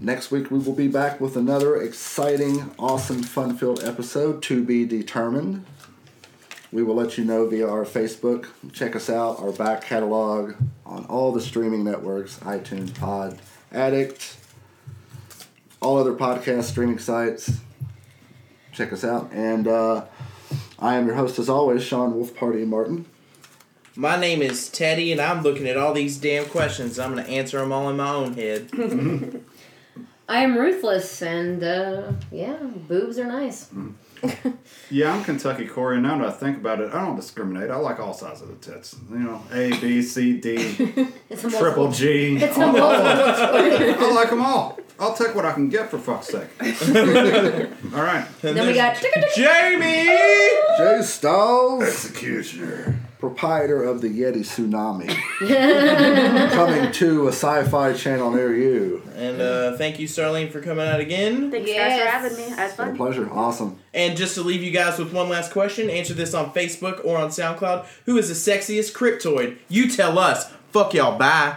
Speaker 1: next week we will be back with another exciting, awesome, fun-filled episode to be determined. We will let you know via our Facebook. Check us out, our back catalog on all the streaming networks: iTunes, Pod Addict, all other podcast streaming sites. Check us out, and uh, I am your host, as always, Sean Wolf Party Martin.
Speaker 2: My name is Teddy, and I'm looking at all these damn questions. I'm gonna answer them all in my own head.
Speaker 3: I am ruthless, and uh, yeah, boobs are nice.
Speaker 4: Yeah, I'm Kentucky Corey. and Now that I think about it, I don't discriminate. I like all sizes of the tits. You know, A, B, C, D,
Speaker 3: It's a multiple.
Speaker 4: triple G.
Speaker 3: It's a
Speaker 4: all
Speaker 3: multiple.
Speaker 4: I like them all. I'll take what I can get for fuck's sake. all right.
Speaker 3: then we got
Speaker 2: Jamie.
Speaker 1: Jay Stalls.
Speaker 4: Executioner.
Speaker 1: proprietor of the Yeti Tsunami. Coming to a sci fi channel near you.
Speaker 2: And uh, thank you, Starlene, for coming out again.
Speaker 6: Thanks guys
Speaker 3: Yes.
Speaker 6: for having me. I had
Speaker 1: What a
Speaker 6: fun.
Speaker 1: pleasure. Awesome.
Speaker 2: And just to leave you guys with one last question, answer this on Facebook or on SoundCloud. Who is the sexiest cryptoid? You tell us. Fuck y'all. Bye.